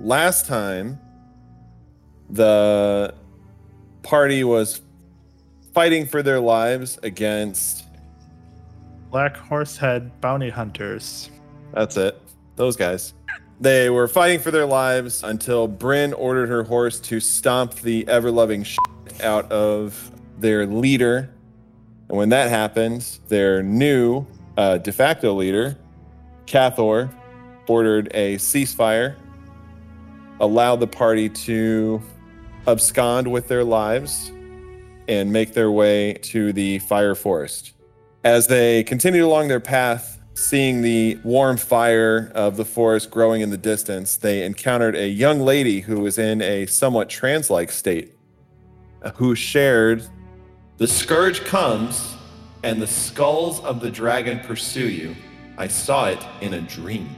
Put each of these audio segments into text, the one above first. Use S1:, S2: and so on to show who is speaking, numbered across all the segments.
S1: last time the party was fighting for their lives against
S2: Black Horsehead bounty hunters.
S1: That's it. Those guys. They were fighting for their lives until Bryn ordered her horse to stomp the ever loving shit out of their leader. And when that happened, their new uh, de facto leader, Cathor, ordered a ceasefire, allowed the party to abscond with their lives and make their way to the fire forest. As they continued along their path, seeing the warm fire of the forest growing in the distance, they encountered a young lady who was in a somewhat trance like state, who shared The scourge comes, and the skulls of the dragon pursue you. I saw it in a dream.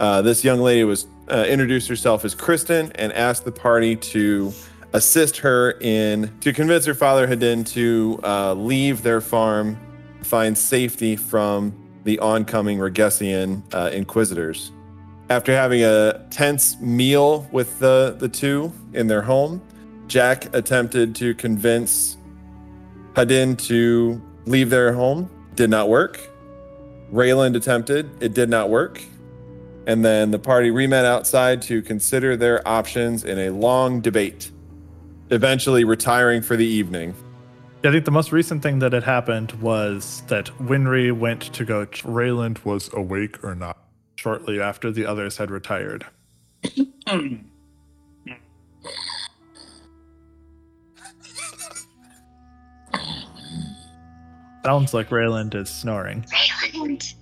S1: Uh, this young lady was uh, introduced herself as Kristen and asked the party to assist her in to convince her father Hadin to uh, leave their farm, find safety from the oncoming Regessian uh, inquisitors. After having a tense meal with the, the two in their home, Jack attempted to convince Hadin to leave their home. Did not work. Rayland attempted. It did not work. And then the party remet outside to consider their options in a long debate, eventually retiring for the evening.
S2: I think the most recent thing that had happened was that Winry went to go. ch- Rayland was awake or not shortly after the others had retired. Sounds like Rayland is snoring.
S3: Rayland.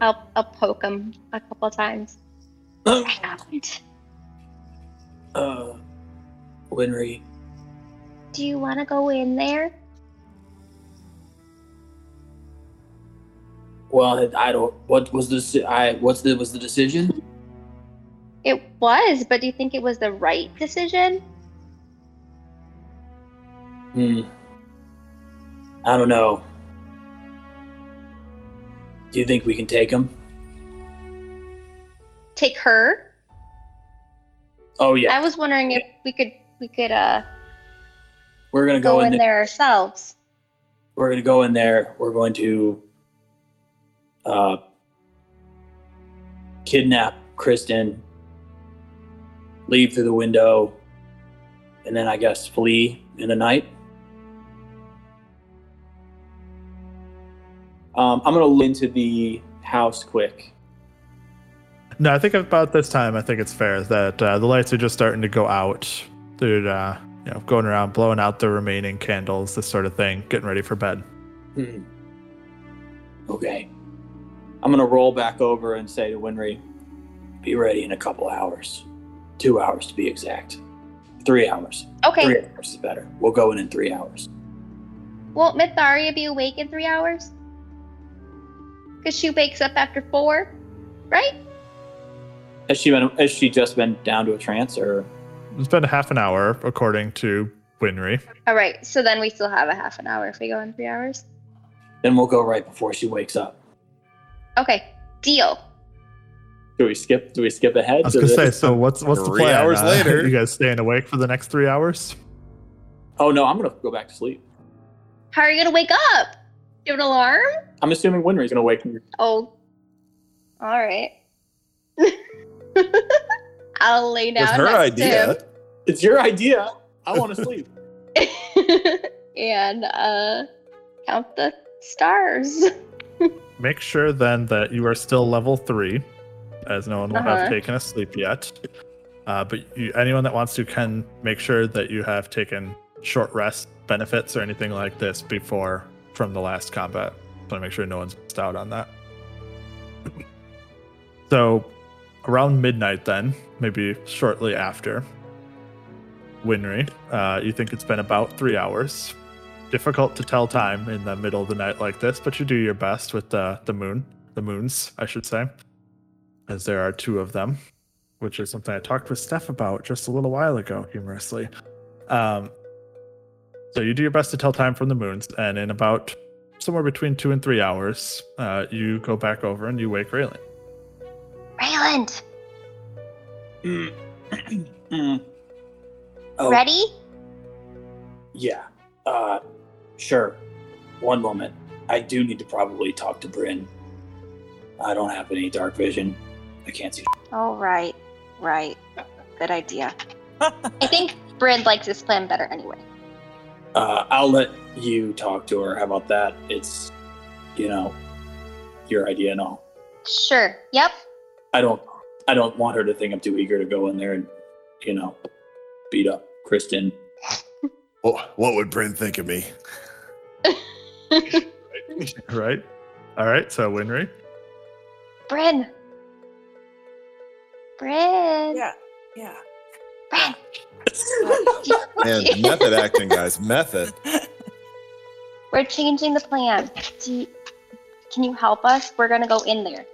S3: I'll, I'll poke him a couple of times. Rayland,
S4: Uh, Winry,
S3: do you want to go in there?
S4: well, I don't. What was this? I what's the was the decision?
S3: It was, but do you think it was the right decision?
S4: Hmm. I don't know. Do you think we can take him?
S3: Take her?
S4: Oh yeah,
S3: I was wondering if we could we could uh
S4: we're gonna
S3: go,
S4: go,
S3: in
S4: there.
S3: there ourselves.
S4: we're going to go in there. We're going to uh, kidnap Kristen, leave through the window, and then I guess flee in the night. Um, I'm going to look into the house quick.
S2: No, I think about this time. I think it's fair that uh, the lights are just starting to go out. They're uh, you know going around, blowing out the remaining candles, this sort of thing, getting ready for bed.
S4: Hmm. Mm-hmm. Okay. I'm going to roll back over and say to Winry, be ready in a couple hours. Two hours to be exact. Three hours.
S3: Okay.
S4: Three hours is better. We'll go in in three hours.
S3: Won't Mitharia be awake in three hours? Cause she wakes up after four, right?
S4: Has she been? Has she just been down to a trance, or
S2: It's been half an hour, according to Winry.
S3: All right. So then we still have a half an hour if we go in three hours.
S4: then we'll go right before she wakes up?
S3: Okay. Deal.
S4: Do we skip? Do we skip ahead?
S2: I was
S4: to
S2: gonna
S4: the-
S2: say. So what's what's the
S1: Three
S2: plan? Uh,
S1: hours later.
S2: you guys staying awake for the next three hours?
S4: Oh no, I'm gonna go back to sleep.
S3: How are you gonna wake up? Do an alarm?
S4: I'm assuming Winry's gonna wake me.
S3: Oh. All right. I'll lay
S1: It was
S3: down.
S1: her
S3: next to
S1: idea.
S3: him.
S4: It's your idea. I want to sleep.
S3: and uh, count the stars.
S2: Make sure then that you are still level three, as no one will
S3: Uh-huh.
S2: have taken a sleep yet. Uh, but you, anyone that wants to can make sure that you have taken short rest benefits or anything like this before from the last combat. So make sure no one's missed out on that. so around midnight, then maybe shortly after, Winry, uh, you think it's been about three hours. Difficult to tell time in the middle of the night like this, but you do your best with the the moon, the moons, I should say, as there are two of them, which is something I talked with Steph about just a little while ago, humorously. Um, so you do your best to tell time from the moons, and in about somewhere between two and three hours, uh, you go back over and you wake Raylan.
S3: Rayland,
S4: Mm. Mm. Oh,
S3: Ready?
S4: Yeah. Uh, sure. One moment. I do need to probably talk to Bryn. I don't have any dark vision. I can't see.
S5: Oh, right. Right. Good idea.
S3: I think Bryn likes this plan better anyway.
S4: Uh, I'll let you talk to her. How about that? It's, you know, your idea and all.
S3: Sure. Yep.
S4: I don't. I don't want her to think I'm too eager to go in there and, you know, beat up Kristen.
S1: What, what would Bryn think of me?
S2: right? All right, so Winry.
S3: Bryn. Bryn.
S6: Yeah. Yeah.
S3: Bryn.
S1: Man, method acting, guys. Method.
S3: We're changing the plan. Do you, can you help us? We're gonna go in there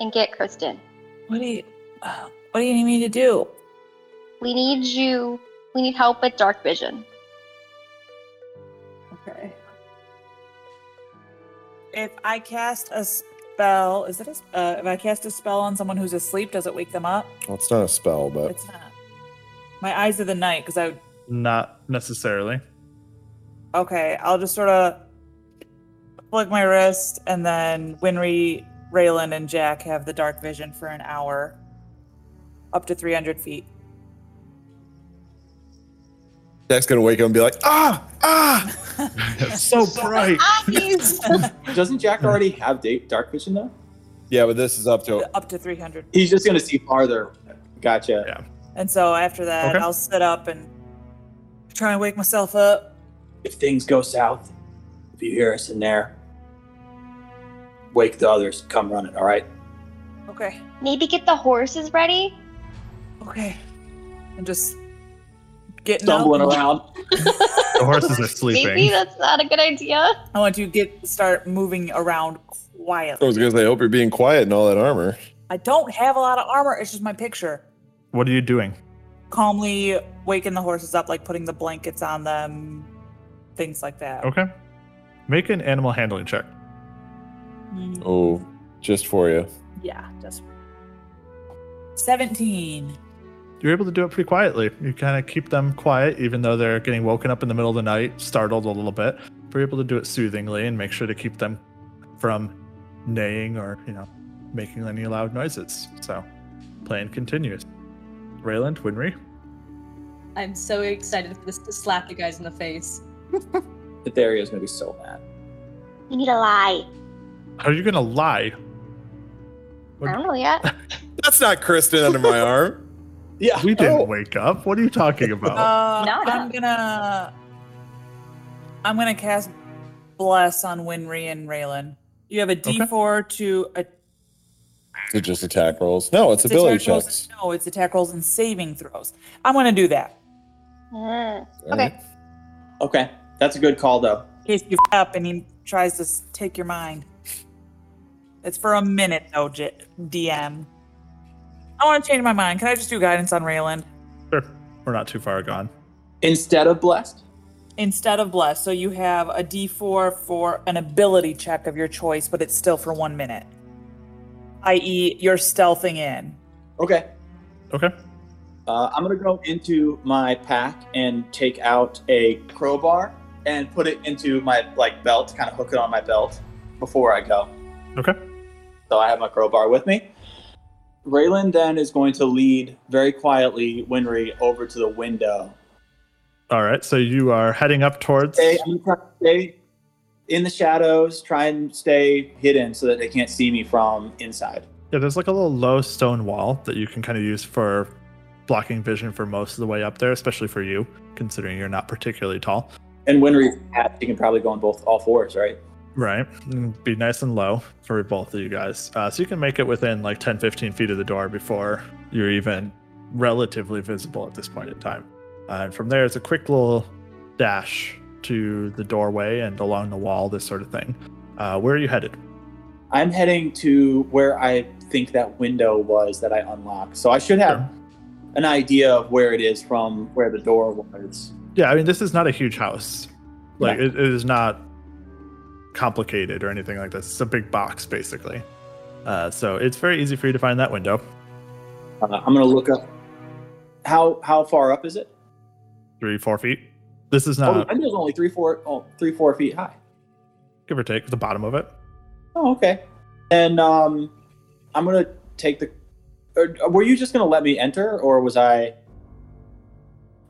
S3: and get Kristen.
S6: What do you uh, What do you need me to do?
S3: We need you. We need help with dark vision.
S6: Okay. If I cast a spell, is it a? s- Uh, if I cast a spell on someone who's asleep, does it wake them up?
S1: Well, it's not a spell, but
S6: It's not. My eyes of the night, because I.
S2: Not necessarily.
S6: Okay, I'll just sort of flick my wrist, and then Winry, Raylan, and Jack have the dark vision for an hour, up to 300 feet.
S1: Jack's gonna wake up and be like, ah, ah.
S2: It's so bright.
S4: Doesn't Jack already have da- dark vision though?
S1: Yeah, but this is up to
S6: up to 300.
S4: He's just gonna see farther. Gotcha.
S2: Yeah.
S6: And so after that,
S2: Okay.
S6: I'll sit up and try and wake myself up.
S4: If things go south, if you hear us in there, wake the others. Come running. All right.
S6: Okay,
S3: Maybe get the horses ready.
S6: okay. And just getting
S4: Stumbling
S6: up.
S4: around.
S2: The horses are
S3: Maybe
S2: sleeping.
S3: that's not a good idea.
S6: I want to get start moving around
S1: I
S6: quietly.
S1: was gonna say, hope you're being quiet in all that armor.
S6: I don't have a lot of armor. It's just my picture.
S2: What are you doing?
S6: Calmly waking the horses up, like putting the blankets on them, things like that.
S2: Okay. Make an animal handling check.
S6: Mm,
S1: Oh, just for you.
S6: yeah, just 17.
S2: You're able to do it pretty quietly. You kind of keep them quiet, even though they're getting woken up in the middle of the night, startled a little bit. But you're able to do it soothingly and make sure to keep them from neighing or, you know, making any loud noises. So, plan continues. Rayland, Winry,
S7: I'm so excited for this to slap you guys in the face.
S4: Etherio's gonna be so mad.
S3: We need a lie.
S2: are you going to lie?
S3: I don't know yet.
S1: That's not Kristen under my arm.
S4: Yeah.
S2: We didn't
S1: Oh.
S2: wake up. What are you talking about?
S6: Uh,
S7: Not
S6: I'm gonna I'm gonna cast bless on Winry and Raylan. You have a
S2: Okay.
S6: D4 to a
S1: It just attack rolls. No, it's
S6: it's
S1: ability
S6: attack rolls-
S1: checks.
S6: No, it's attack rolls and saving throws. I'm gonna do that.
S4: Um,
S3: Mm.
S1: Alright.
S4: Okay. That's a good call though.
S6: In case you f- up and he tries to s- take your mind. It's for a minute though, J- DM. I want to change my mind. Can I just do guidance on Raylan
S2: Sure. We're not too far gone.
S4: Instead of blessed.
S6: instead of bless? So you have a D4 for an ability check of your choice, but it's still for one minute. I.e., you're stealthing in.
S4: Okay.
S2: Okay.
S4: Uh, I'm gonna go into my pack and take out a crowbar and put it into my like belt, kind of hook it on my belt before I go.
S2: Okay.
S4: So I have my crowbar with me. Raylan then is going to lead very quietly Winry over to the window.
S2: All right. So you are heading up towards.
S4: Stay, I'm gonna try to stay in the shadows, try and stay hidden so that they can't see me from inside.
S2: Yeah, there's like a little low stone wall that you can kind of use for blocking vision for most of the way up there, especially for you, considering you're not particularly tall.
S4: And Winry's hat, she can probably go on both all fours, right?
S2: Right. And Be nice and low for both of you guys. Uh, so you can make it within like 10, 15 feet of the door before you're even relatively visible at this point in time. Uh, and from there, it's a quick little dash to the doorway and along the wall, this sort of thing. Uh, where are you headed?
S4: I'm heading to where I think that window was that I unlocked. So I should have
S2: Sure.
S4: an idea of where it is from where the door was.
S2: Yeah, I mean, this is not a huge house. Like, it, it is not complicated or anything like this. It's a big box, basically. Uh, so it's very easy for you to find that window.
S4: Uh, I'm gonna look up. How how far up is it?
S2: Three, four feet. This is
S4: oh,
S2: not,
S4: I knew it was only three four oh three four feet high.
S2: give or take, the bottom of it.
S4: Oh, okay. And um, I'm gonna take the. Or, uh, were you just gonna let me enter, or was I?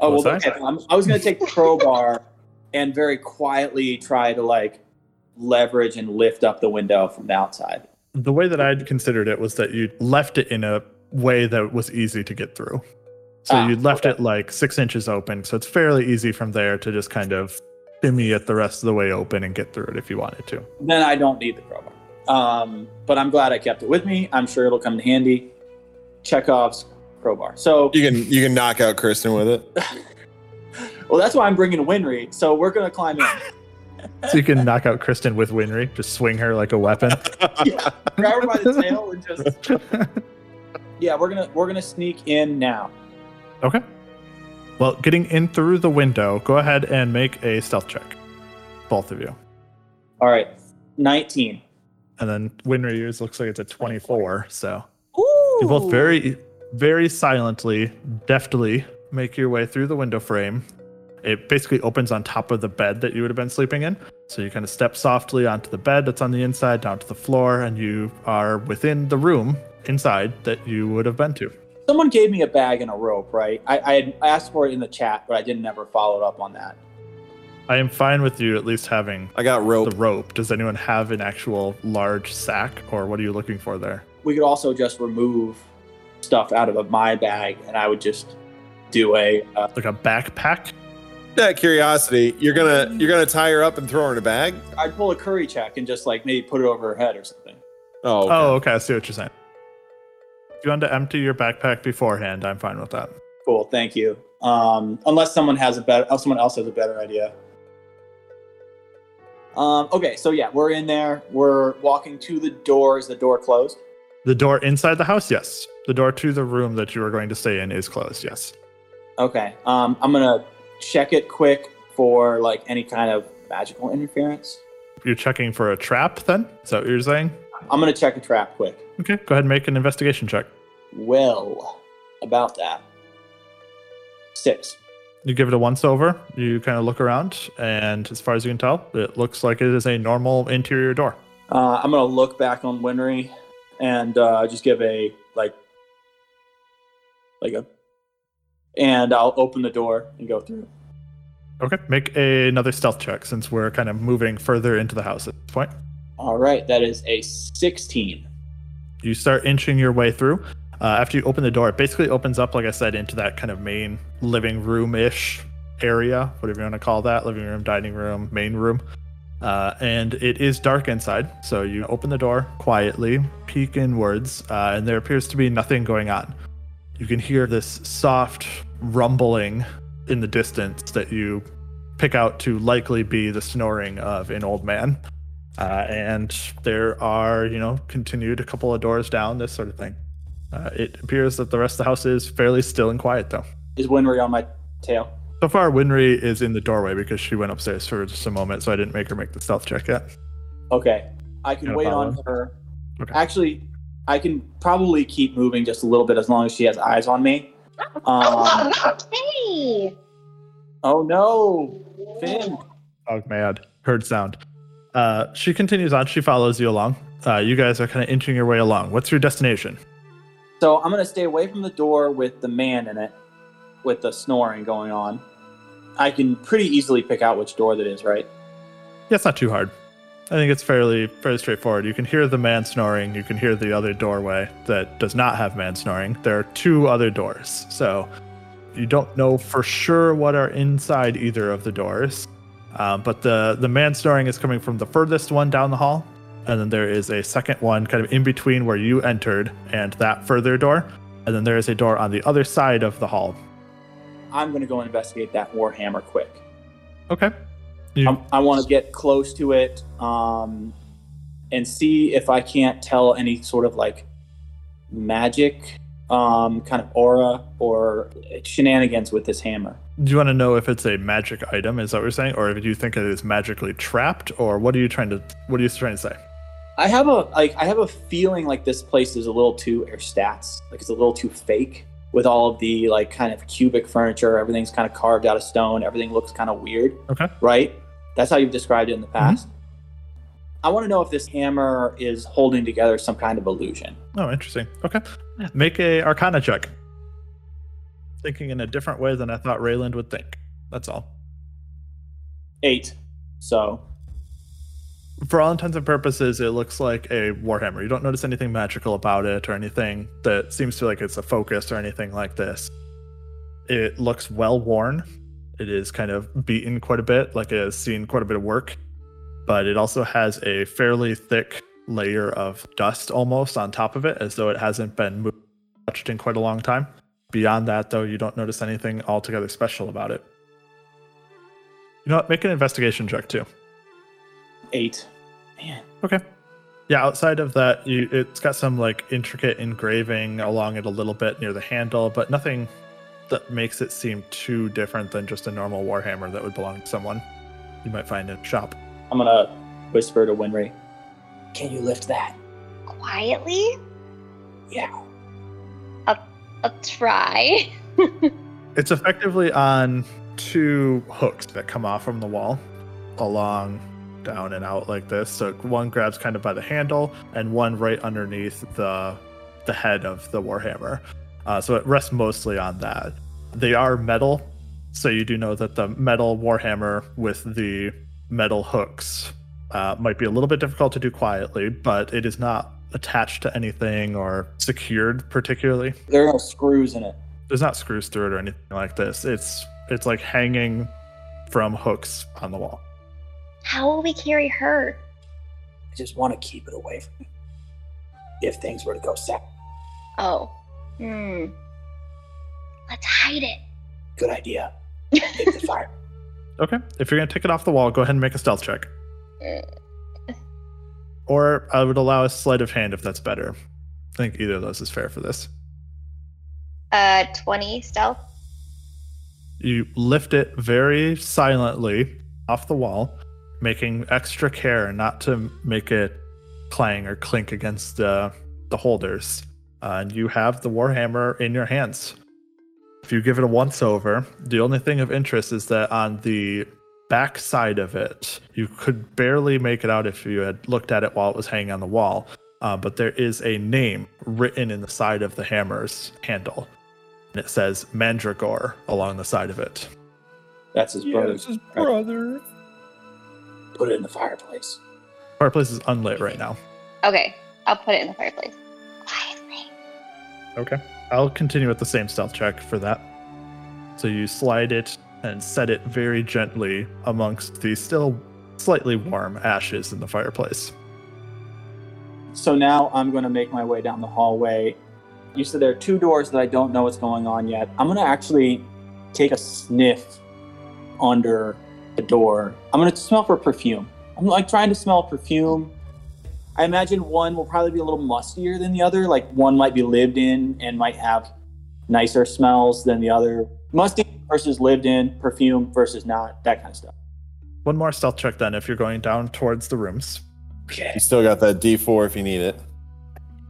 S4: Oh
S2: Was
S4: well,
S2: I?
S4: okay. I'm, I was gonna take the crowbar and very quietly try to like leverage and lift up the window from the outside.
S2: The way that I'd considered it was that you left it in a way that was easy to get through. So
S4: Ah,
S2: you left it like six inches open. So it's fairly easy from there to just kind of shimmy it the rest of the way open and get through it if you wanted to.
S4: Then I don't need the crowbar. Um, but I'm glad I kept it with me. I'm sure it'll come in handy. Chekhov's crowbar. So
S1: You can you can knock out Kristen with it.
S4: well, that's why I'm bringing Winry. So we're gonna climb in.
S2: So you can knock out Kristen with Winry, just swing her like a weapon.
S4: yeah, grab her by the tail and just yeah. We're gonna we're gonna sneak in now.
S2: Okay. Well, getting in through the window, go ahead and make a stealth check. Both of you.
S4: All right, nineteen.
S2: And then Winry, yours looks like it's a 24. So
S6: Ooh.
S2: you both very, very silently, deftly make your way through the window frame. It basically opens on top of the bed that you would have been sleeping in. So you kind of step softly onto the bed that's on the inside, down to the floor, and you are within the room inside that you would have been to.
S4: Someone gave me a bag and a rope, right? I, I had asked for it in the chat, but I didn't ever follow up on that.
S2: I am fine with you at least having
S1: I got rope.
S2: the rope. Does anyone have an actual large sack, or what are you looking for there?
S4: We could also just remove stuff out of my bag, and I would just do a. Uh,
S2: Like a backpack?
S1: That curiosity, you're gonna you're gonna tie her up and throw her in a bag.
S4: I'd pull a curry check and just like maybe put it over her head or something.
S1: Oh, okay.
S2: Oh, okay. I see what you're saying. If you want to empty your backpack beforehand, I'm fine with that.
S4: Cool, thank you. Um, unless someone has a better, someone else has a better idea. Um, okay, so yeah, we're in there. We're walking to the door. Is the door closed?
S2: The door inside the house, yes. The door to the room that you are going to stay in is closed, yes.
S4: Okay. Um, I'm gonna check it quick for like any kind of magical interference.
S2: You're checking for a trap then? Is that what you're saying?
S4: I'm gonna check a trap quick.
S2: Okay, go ahead and make an investigation check.
S4: Well, about that. Six.
S2: You give it a once over, you kind of look around, and as far as you can tell, it looks like it is a normal interior door.
S4: Uh, I'm gonna look back on Winry and uh, just give a like, like a, and I'll open the door and go through.
S2: Okay, make another stealth check since we're kind of moving further into the house at this point.
S4: All right, that is a 16.
S2: you start inching your way through. Uh, after you open the door, it basically opens up, like I said, into that kind of main living room ish area, whatever you want to call that living room, dining room, main room. Uh, and it is dark inside, so you open the door quietly, peek inwards, uh, and there appears to be nothing going on. You can hear this soft rumbling in the distance that you pick out to likely be the snoring of an old man uh, and there are you know continued a couple of doors down this sort of thing uh, it appears that the rest of the house is fairly still and quiet though
S4: Is Winry on my tail?
S2: so far winry is in the doorway because she went upstairs for just a moment so i didn't make her make the stealth check yet
S4: Okay, I can
S2: Gonna
S4: wait
S2: follow
S4: on
S2: him?
S4: her.
S2: Okay.
S4: Actually, I can probably keep moving just a little bit as long as she has eyes on me.
S3: Oh,
S4: Um,
S3: Hey!
S4: oh no, Finn.
S2: dog mad heard sound uh, she continues on she follows you along uh, you guys are kind of inching your way along what's your destination
S4: So I'm gonna stay away from the door with the man in it, with the snoring going on. I can pretty easily pick out which door that is, right?
S2: yeah it's not too hard i think it's fairly fairly straightforward you can hear the man snoring you can hear the other doorway that does not have man snoring there are two other doors so you don't know for sure what are inside either of the doors um, but the the man snoring is coming from the furthest one down the hall and then there is a second one kind of in between where you entered and that further door and then there is a door on the other side of the hall
S4: I'm gonna go investigate that warhammer quick.
S2: okay you,
S4: I'm- I want to get close to it um, and see if I can't tell any sort of like magic um, kind of aura or shenanigans with this hammer.
S2: Do you want to know if it's a magic item? Is that what you're saying, or if you think it is magically trapped, or what are you trying to what are you trying to say?
S4: I have a like I have a feeling like this place is a little too air stats. Like it's a little too fake with all of the like kind of cubic furniture. Everything's kind of carved out of stone. Everything looks kind of weird.
S2: Okay.
S4: Right? That's how you've described it in the past. I want to know if this hammer is holding together some kind of illusion.
S2: Oh, interesting. Okay. Make a Arcana check. Thinking in a different way than I thought Rayland would think. That's all.
S4: Eight. So
S2: For all intents and purposes, it looks like a Warhammer. You don't notice anything magical about it or anything that seems to like it's a focus or anything like this. It looks well worn. It is kind of beaten quite a bit, like it has seen quite a bit of work. But it also has a fairly thick layer of dust almost on top of it, as though it hasn't been moved, touched in quite a long time. Beyond that, though, you don't notice anything altogether special about it. You know what? Make an investigation check too.
S4: eight. Man.
S2: Okay. Yeah, outside of that, you, it's got some like intricate engraving along it a little bit near the handle, but nothing that makes it seem too different than just a normal warhammer that would belong to someone you might find in a shop.
S4: I'm gonna whisper to Winry. Can you lift that?
S3: Quietly?
S4: Yeah.
S3: I'll try.
S2: It's effectively on two hooks that come off from the wall along down and out like this. So one grabs kind of by the handle and one right underneath the the head of the warhammer. Uh, so it rests mostly on that. They are metal, so you do know that the metal warhammer with the metal hooks uh, might be a little bit difficult to do quietly, but it is not attached to anything or secured particularly
S4: There are no screws in it.
S2: there's not screws through it or anything like this. It's it's like hanging from hooks on the wall.
S3: How will we carry her?
S4: I just want to keep it away from me. If things were to go south,
S3: Oh. Hmm. Let's hide it.
S4: good idea. Make the fire.
S2: Okay. If you're gonna take it off the wall, go ahead and make a stealth check.
S3: Hmm.
S2: Or I would allow a sleight of hand if that's better. I think either of those is fair for this.
S3: Uh, 20 stealth.
S2: You lift it very silently off the wall, making extra care not to make it clang or clink against the, the holders. Uh, and you have the Warhammer in your hands. If you give it a once over, the only thing of interest is that on the back side of it, you could barely make it out if you had looked at it while it was hanging on the wall. Uh, but there is a name written in the side of the hammer's handle and it says Mandragore along the side of it.
S4: That's his brother. Right.
S1: brother.
S4: Put it in the fireplace.
S2: Fireplace is unlit right now.
S3: Okay, I'll put it in the fireplace. Quietly.
S2: Okay. I'll continue with the same stealth check for that. So you slide it and set it very gently amongst the still slightly warm ashes in the fireplace.
S4: So now I'm going to make my way down the hallway. You said there are two doors that I don't know what's going on yet. I'm going to actually take a sniff under the door. I'm going to smell for perfume. I'm like trying to smell perfume. I imagine one will probably be a little mustier than the other. Like one might be lived in and might have nicer smells than the other. Musty versus lived in, perfume versus not, that kind of stuff.
S2: One more stealth check then if you're going down towards the rooms.
S4: Okay.
S1: You still got that D4 if you need it.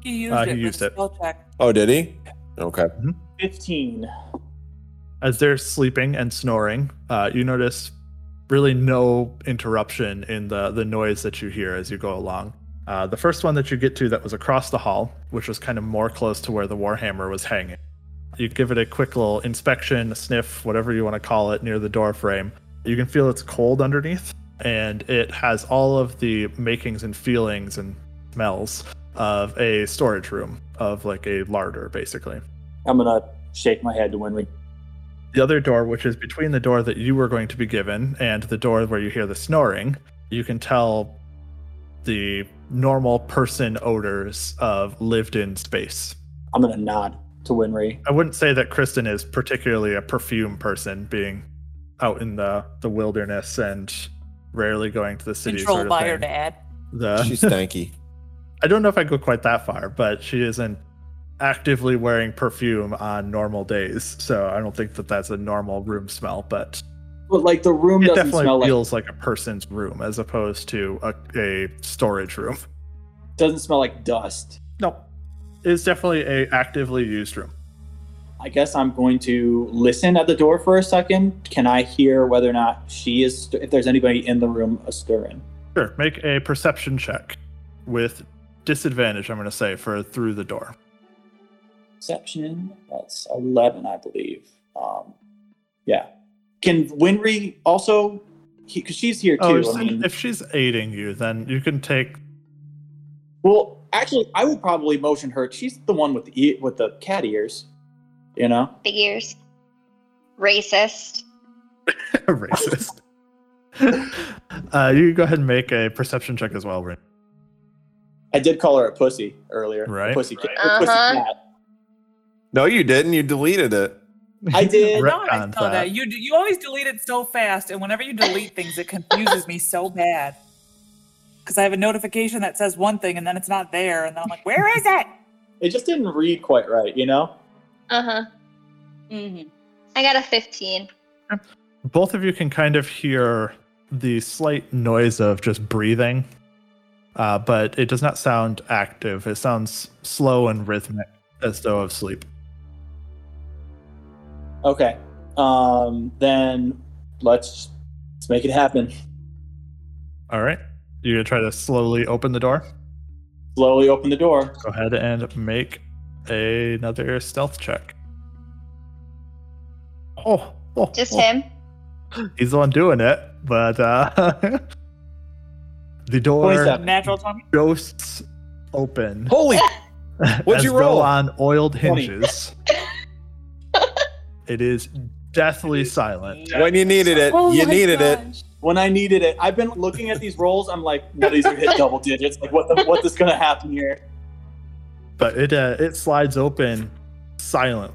S6: He used
S2: Uh,
S6: it.
S2: he
S6: for the
S2: used it.
S6: spell check.
S1: Oh, did he? Okay.
S4: 15.
S2: As they're sleeping and snoring, uh, you notice really no interruption in the, the noise that you hear as you go along. Uh, the first one that you get to that was across the hall, which was kind of more close to where the Warhammer was hanging. You give it a quick little inspection, a sniff, whatever you want to call it, near the door frame. You can feel it's cold underneath, and it has all of the makings and feelings and smells of a storage room, of like a larder, basically.
S4: I'm going to shake my head to Winry.
S2: the other door, which is between the door that you were going to be given and the door where you hear the snoring, you can tell the normal person odors of lived in space.
S4: I'm going to nod to Winry.
S2: I wouldn't say that Kristen is particularly a perfume person, being out in the, the wilderness and rarely going to the city.
S6: Controlled
S2: sort of
S6: by
S2: thing.
S6: her dad.
S2: The-
S1: She's stanky.
S2: I don't know if I go quite that far, but she isn't actively wearing perfume on normal days. So I don't think that that's a normal room smell, but
S4: But like the room
S2: it
S4: doesn't
S2: definitely
S4: smell like
S2: feels like a person's room as opposed to a, a storage room.
S4: doesn't smell like dust.
S2: Nope. It's definitely a actively used room.
S4: I guess I'm going to listen at the door for a second. Can I hear whether or not she is, st- if there's anybody in the room astirring?
S2: Sure. Make a perception check with disadvantage, I'm going to say, for through the door.
S4: Perception, that's 11, I believe. Um, yeah. Can Winry also, because she's here too.
S2: Oh,
S4: I
S2: if,
S4: mean-
S2: if she's aiding you, then you can take.
S4: Well, actually, I would probably motion her. She's the one with the e- with the cat ears, you know.
S3: Big ears. Racist.
S2: racist. uh, you go ahead and make a perception check as well, Rin.
S4: I did call her a pussy earlier.
S2: Right.
S4: A pussy, cat, a
S3: Right.
S4: pussy
S3: Uh-huh.
S4: cat.
S1: No, you didn't. You deleted it.
S4: I did.
S6: I know I
S2: retconned
S6: saw that.
S2: that.
S6: You you always delete it so fast, and whenever you delete things, it confuses me so bad. Because I have a notification that says one thing, and then it's not there, and then I'm like, "Where is it?"
S4: It just didn't read quite right, you know.
S3: Uh huh. Mm-hmm.
S7: hmm
S3: I got a 15.
S2: Both of you can kind of hear the slight noise of just breathing, uh, but it does not sound active. It sounds slow and rhythmic, as though of sleep.
S4: Okay. Um. Then let's let's make it happen.
S2: All right. You're going to try to slowly open the door.
S4: Slowly open the door.
S2: Go ahead and make another stealth check. Oh, oh,
S3: Just
S2: oh.
S3: him.
S2: He's the one doing it, but uh, the door
S4: 27.
S6: Natural tongue.
S2: ghosts open.
S1: Holy! What'd
S2: as
S1: you
S2: though
S1: roll?
S2: on oiled
S4: Twenty.
S2: hinges. it is deathly silent.
S1: when you needed it,
S2: Oh
S8: Oh
S1: you needed it.
S4: When I needed it, I've been looking at these rolls. I'm like, no, these are hit double digits. Like, what the, what is gonna happen here?
S2: but it uh, it slides open silent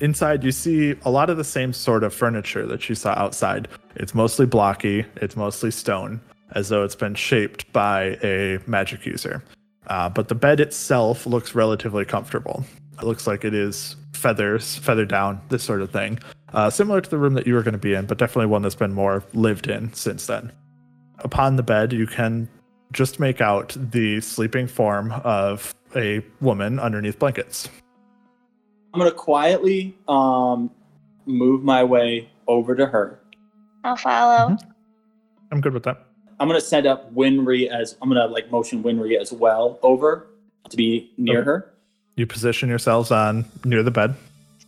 S2: inside you see a lot of the same sort of furniture that you saw outside it's mostly blocky it's mostly stone as though it's been shaped by a magic user uh, but the bed itself looks relatively comfortable it looks like it is feathers feather down this sort of thing uh, similar to the room that you were going to be in but definitely one that's been more lived in since then upon the bed you can just make out the sleeping form of a woman underneath blankets.
S4: I'm gonna quietly um move my way over to her.
S3: I'll follow.
S1: Mm-hmm.
S2: I'm good with that.
S4: I'm gonna send up Winry as I'm gonna like motion Winry as well over to be near
S2: Okay.
S4: her.
S2: You position yourselves on near the bed.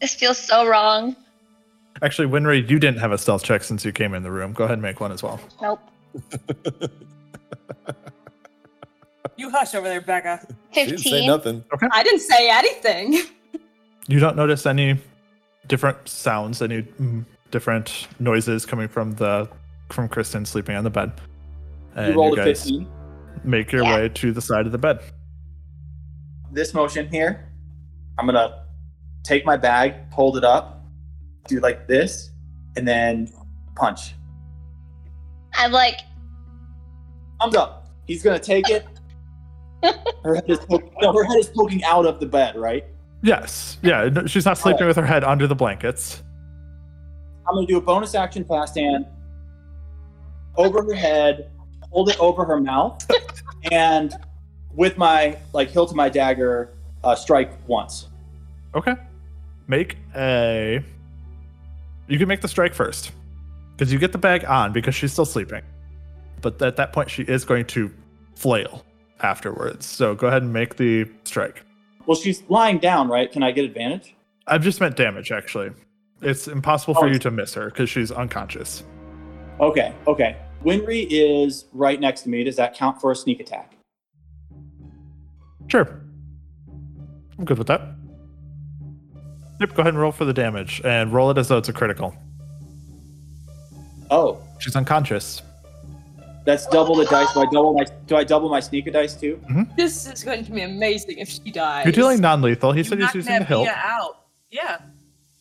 S3: This feels so wrong.
S2: Actually, Winry, you didn't have a stealth check since you came in the room. Go ahead and make one as well.
S3: Nope.
S6: You hush over there, Becca.
S1: She didn't say
S3: 15.
S1: nothing.
S7: I didn't say anything.
S2: You don't notice any different sounds, any mm, different noises coming from the from Kristen sleeping on the bed. And
S4: You
S2: you,
S4: rolled a
S2: guys
S4: 15.
S2: make your
S3: Yeah.
S2: way to the side of the bed.
S4: This motion here, I'm gonna take my bag, hold it up, do like this, and then punch.
S3: I'm like,
S4: Thumbs up. He's gonna take it. Her head is poking, no, her head is poking out of the bed, right?
S2: Yes. Yeah. no, She's not
S4: Oh.
S2: sleeping with her head under the blankets.
S4: I'm gonna do a bonus action fast hand over her head, hold it over her mouth, and with my like hilt of my dagger, uh, strike once.
S2: Okay. Make a. You can make the strike first. Because you get the bag on because she's still sleeping. But at that point, she is going to flail afterwards. So go ahead and make the strike.
S4: Well, she's lying down, right? Can I get advantage?
S2: I've just meant damage, actually. It's impossible for
S4: Oh.
S2: you to miss her because she's unconscious.
S4: Okay, okay. Winry is right next to me. Does that count for a sneak attack?
S2: Sure. I'm good with that. Yep, go ahead and roll for the damage and roll it as though it's a critical.
S4: Oh,
S2: She's unconscious.
S4: that's double the dice. Do I double my do I double my sneak dice too?
S7: This is going to be amazing if she dies.
S2: You're dealing non lethal. He said he's
S6: knocked
S2: using the
S6: that
S2: hilt.
S6: Mia out. Yeah,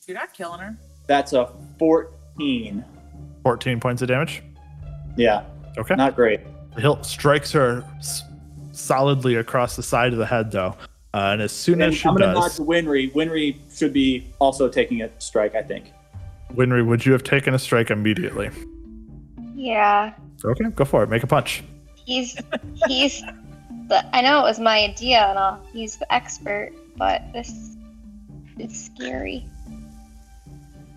S6: you're not killing her.
S4: That's a fourteen.
S2: 14 points of damage.
S4: Yeah,
S2: Okay.
S4: not great.
S2: The hilt strikes her s- solidly across the side of the head, though. Uh, and as soon as
S4: And
S2: she
S4: I'm gonna knock
S2: does,
S4: to Winry. Winry should be also taking a strike, I think.
S2: Winry, would you have taken a strike immediately?
S3: yeah,
S2: Okay, go for it. Make a punch.
S3: he's he's But I know it was my idea, and I'll, he's the expert. But this is scary.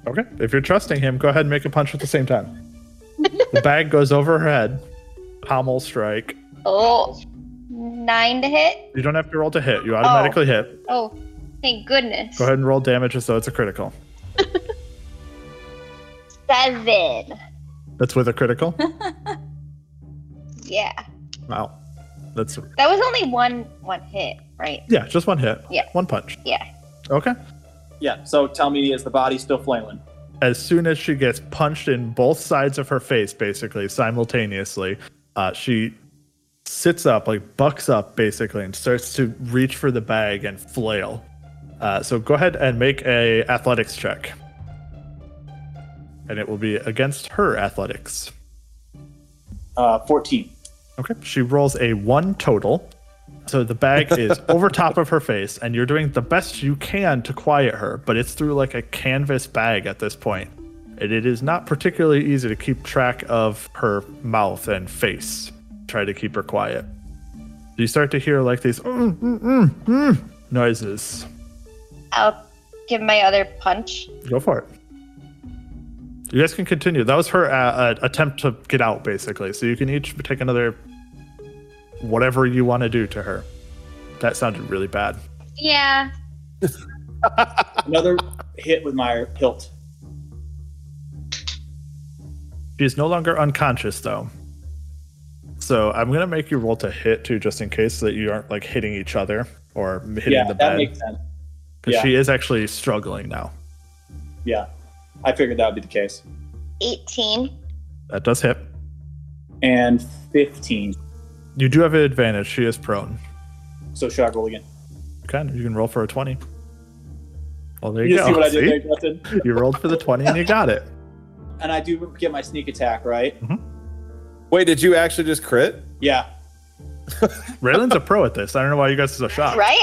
S2: Okay. If you're trusting him, go ahead and make a punch at the same time. the bag goes over her head. Pommel strike.
S3: Oh, nine to hit.
S2: You don't have to roll to hit. You automatically hit.
S3: Oh, thank goodness.
S2: Go ahead and roll damage as though it's a critical.
S3: Seven.
S2: That's with a critical.
S3: Yeah,
S2: wow. That's
S3: that was only one one hit, right?
S2: yeah, just one hit.
S3: Yeah.
S2: One punch.
S3: Yeah.
S2: Okay.
S4: Yeah. So tell me, is the body still flailing?
S2: as soon as she gets punched in both sides of her face, basically simultaneously, uh, she sits up, like bucks up, basically, and starts to reach for the bag and flail. Uh, so go ahead and make a athletics check, and it will be against her athletics.
S4: Uh, Fourteen.
S2: Okay, she rolls a one total. So the bag is over top of her face, and you're doing the best you can to quiet her, but it's through like a canvas bag at this point. And it is not particularly easy to keep track of her mouth and face. Try to keep her quiet. You start to hear like these mm, mm, mm, mm, noises.
S3: I'll give my other punch.
S2: Go for it. You guys can continue. That was her uh, uh, attempt to get out, basically. So you can each take another whatever you want to do to her. That sounded really bad.
S3: Yeah,
S4: Another hit with my hilt.
S2: She is no longer unconscious, though. So I'm gonna make you roll to hit too, just in case, so that you aren't like hitting each other or hitting
S4: yeah,
S2: the
S4: that
S2: bed.
S4: makes sense.
S2: Because
S4: yeah.
S2: she is actually struggling now.
S4: Yeah, I figured that would be the case.
S3: eighteen.
S2: That does hit.
S4: And fifteen.
S2: You do have an advantage. She is prone.
S4: So should I roll again?
S2: Okay, you can roll for a twenty. Well, there you,
S4: You
S2: go.
S4: see what I
S2: See?
S4: did there, Justin?
S2: you rolled for the 20 and you got it.
S4: And I do get my sneak attack, right?
S1: Wait, did you actually just crit?
S4: Yeah.
S2: Raylan's a pro at this. I don't know why you guys are so shocked.
S3: Right?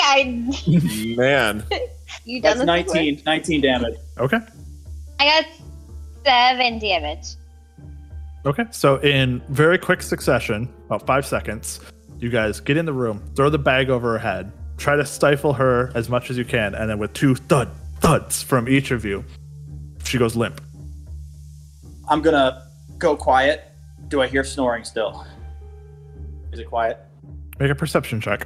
S3: I
S1: Man.
S3: you done
S4: That's
S3: this before?
S4: 19, 19 damage.
S2: Okay.
S3: I got seven damage.
S2: Okay. So, in very quick succession, about five seconds, you guys get in the room, throw the bag over her head, try to stifle her as much as you can, and then with two thud thuds from each of you, she goes limp.
S4: I'm gonna go quiet. Do I hear snoring still? Is it quiet?
S2: Make a perception check.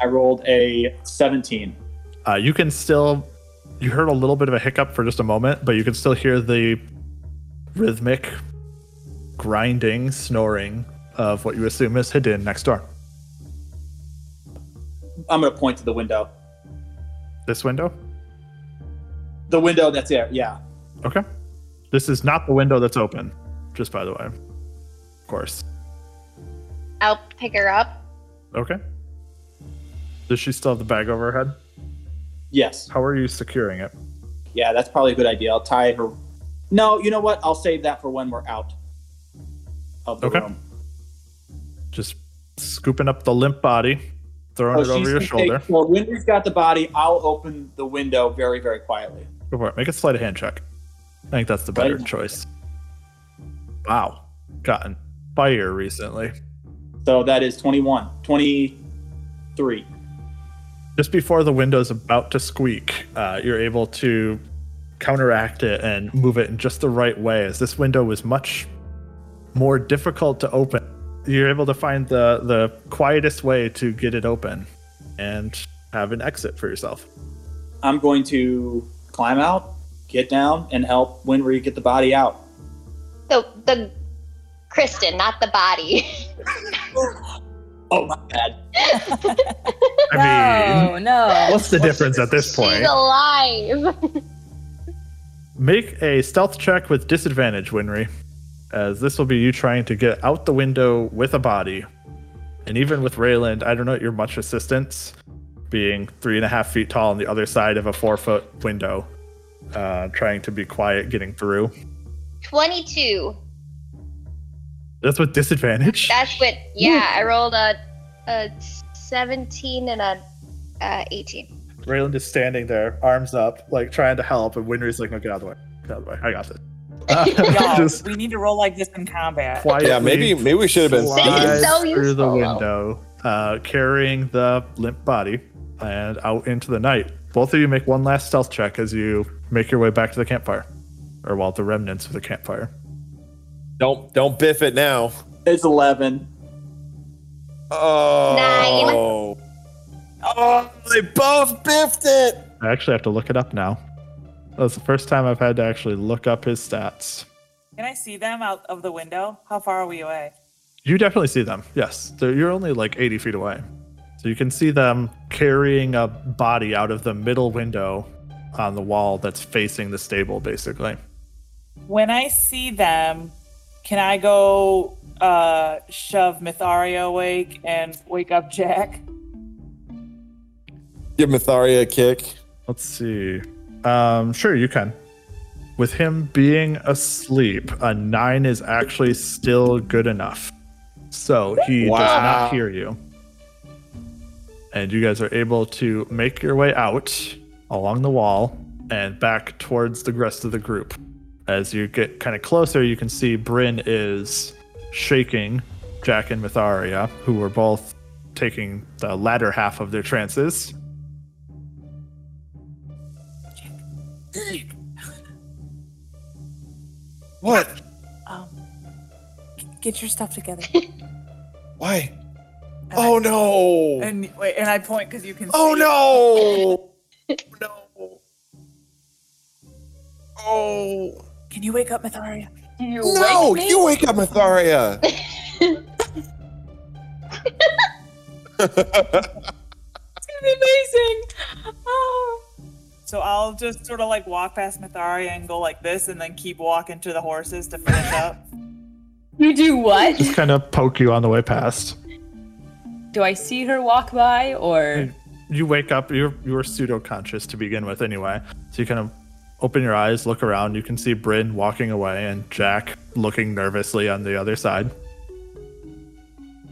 S4: I rolled a 17.
S2: Uh, you can still, you heard a little bit of a hiccup for just a moment, but you can still hear the rhythmic grinding, snoring of what you assume is hidden next door.
S4: I'm gonna point to the window.
S2: This window?
S4: The window that's there, yeah.
S2: Okay. This is not the window that's open, just by the way. Of course.
S3: I'll pick her up.
S2: Okay. Does she still have the bag over her head?
S4: Yes.
S2: How are you securing it?
S4: Yeah, that's probably a good idea. I'll tie her. No, you know what? I'll save that for when we're out of the
S2: Okay.
S4: room.
S2: Just scooping up the limp body, throwing it
S4: So Oh, she's
S2: over your
S4: gonna
S2: shoulder.
S4: Take, well, when we've got the body, I'll open the window very, very quietly.
S2: Go for it. Make a sleight of hand check. I think that's the better
S4: Right.
S2: choice. Wow. Gotten fire recently.
S4: So that is 21, 23.
S2: just before the window's about to squeak, uh, you're able to counteract it and move it in just the right way. As this window was much more difficult to open, you're able to find the the quietest way to get it open and have an exit for yourself.
S4: I'm going to climb out, get down, and help Winry get the body out.
S3: The the Kristen, not the body.
S4: Oh my bad.
S2: I mean,
S7: no, no.
S2: what's the difference at this point?
S3: She's alive.
S2: Make a stealth check with disadvantage, Winry, as this will be you trying to get out the window with a body. And even with Rayland, I don't know your much assistance, being three and a half feet tall on the other side of a four foot window, uh, trying to be quiet getting through.
S3: Twenty-two.
S2: That's with disadvantage.
S3: That's what. Yeah, I rolled a a seventeen and a uh, eighteen.
S2: Rayland is standing there, arms up, like trying to help, and Winry's like, no, get out of the way. Get out of the way. I got this.
S6: Y'all,
S2: just
S6: we need to roll like this in combat.
S2: quietly
S1: Yeah, maybe maybe we should have been
S3: This
S2: flies
S3: is so
S2: through the
S3: useful.
S2: window, uh, carrying the limp body, and out into the night. Both of you make one last stealth check as you make your way back to the campfire, or well, the remnants of the campfire.
S1: Don't don't biff it now.
S4: It's 11.
S1: Oh. Oh, they both biffed it.
S2: I actually have to look it up now. That's the first time I've had to actually look up his stats.
S6: Can I see them out of the window? How far are we away?
S2: You definitely see them. Yes, They're, you're only like 80 feet away, so you can see them carrying a body out of the middle window on the wall that's facing the stable, basically.
S6: When I see them, can I go uh, shove Mithario awake and wake up Jack?
S1: Give Matharia a kick.
S2: Let's see. Um, sure, you can. With him being asleep, a nine is actually still good enough. So he does
S1: Wow.
S2: not hear you. And you guys are able to make your way out along the wall and back towards the rest of the group. As you get kind of closer, you can see Bryn is shaking Jack and Mitharia, who were both taking the latter half of their trances.
S1: What?
S6: Um, get your stuff together.
S1: Why? Oh no.
S6: And wait, and I point because you can.
S1: Oh
S6: see.
S1: no. Oh, No. Oh.
S6: Can you wake up Mitharia?
S1: No, you wake up Matharia.
S7: amazing. Oh.
S6: So I'll just sort of like walk past Mitharia and go like this, and then keep walking to the horses to finish up.
S7: You do what?
S2: just kind of poke you on the way past.
S7: Do I see her walk by or?
S2: You wake up. You're you were pseudo conscious to begin with, anyway. So you kind of open your eyes, look around. You can see Bryn walking away and Jack looking nervously on the other side.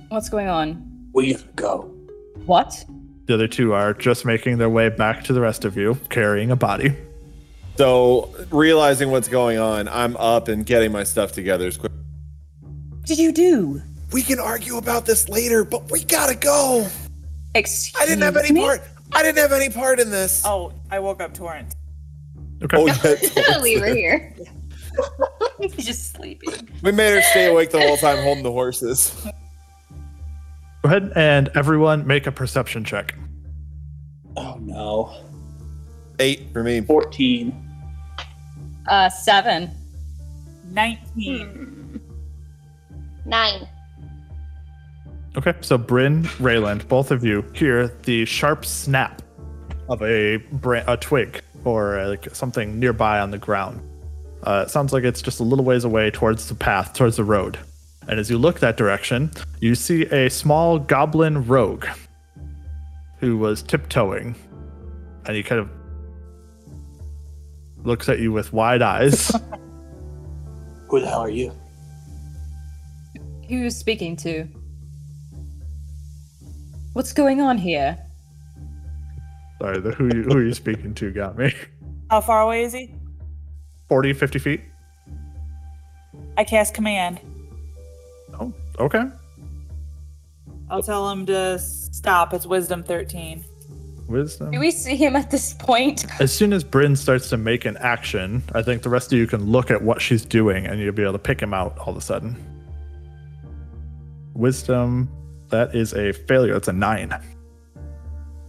S7: What's going on?
S4: We go.
S7: What?
S2: The other two are just making their way back to the rest of you, carrying a body.
S1: So realizing what's going on, I'm up and getting my stuff together as quick.
S7: What did you do?
S1: We can argue about this later, but we gotta go.
S7: Excuse
S1: I didn't have any
S7: me?
S1: part. I didn't have any part in this.
S6: Oh, I woke up Torrent.
S2: Okay.
S1: Oh, yeah.
S3: we were here.
S7: He's just sleeping.
S1: we made her stay awake the whole time holding the horses.
S2: Go ahead and everyone make a perception check.
S4: Oh no.
S1: Eight for me.
S4: 14.
S7: Uh, seven.
S6: Nineteen.
S3: Nine.
S2: Okay, so Bryn, Rayland, both of you hear the sharp snap of a bran- a twig or uh, like something nearby on the ground. Uh, it sounds like it's just a little ways away towards the path, towards the road. And as you look that direction, you see a small goblin rogue who was tiptoeing, and he kind of looks at you with wide eyes.
S4: Who the hell are you?
S7: Who you speaking to? What's going on here?
S2: Sorry, the who you, who you're speaking to got me.
S6: How far away is he?
S2: 40, 50 feet.
S6: I cast command.
S2: Oh, okay.
S6: I'll tell him to stop. It's wisdom thirteen.
S2: Wisdom.
S7: Do we see him at this point?
S2: As soon as Bryn starts to make an action, I think the rest of you can look at what she's doing and you'll be able to pick him out all of a sudden. Wisdom, that is a failure. That's a nine.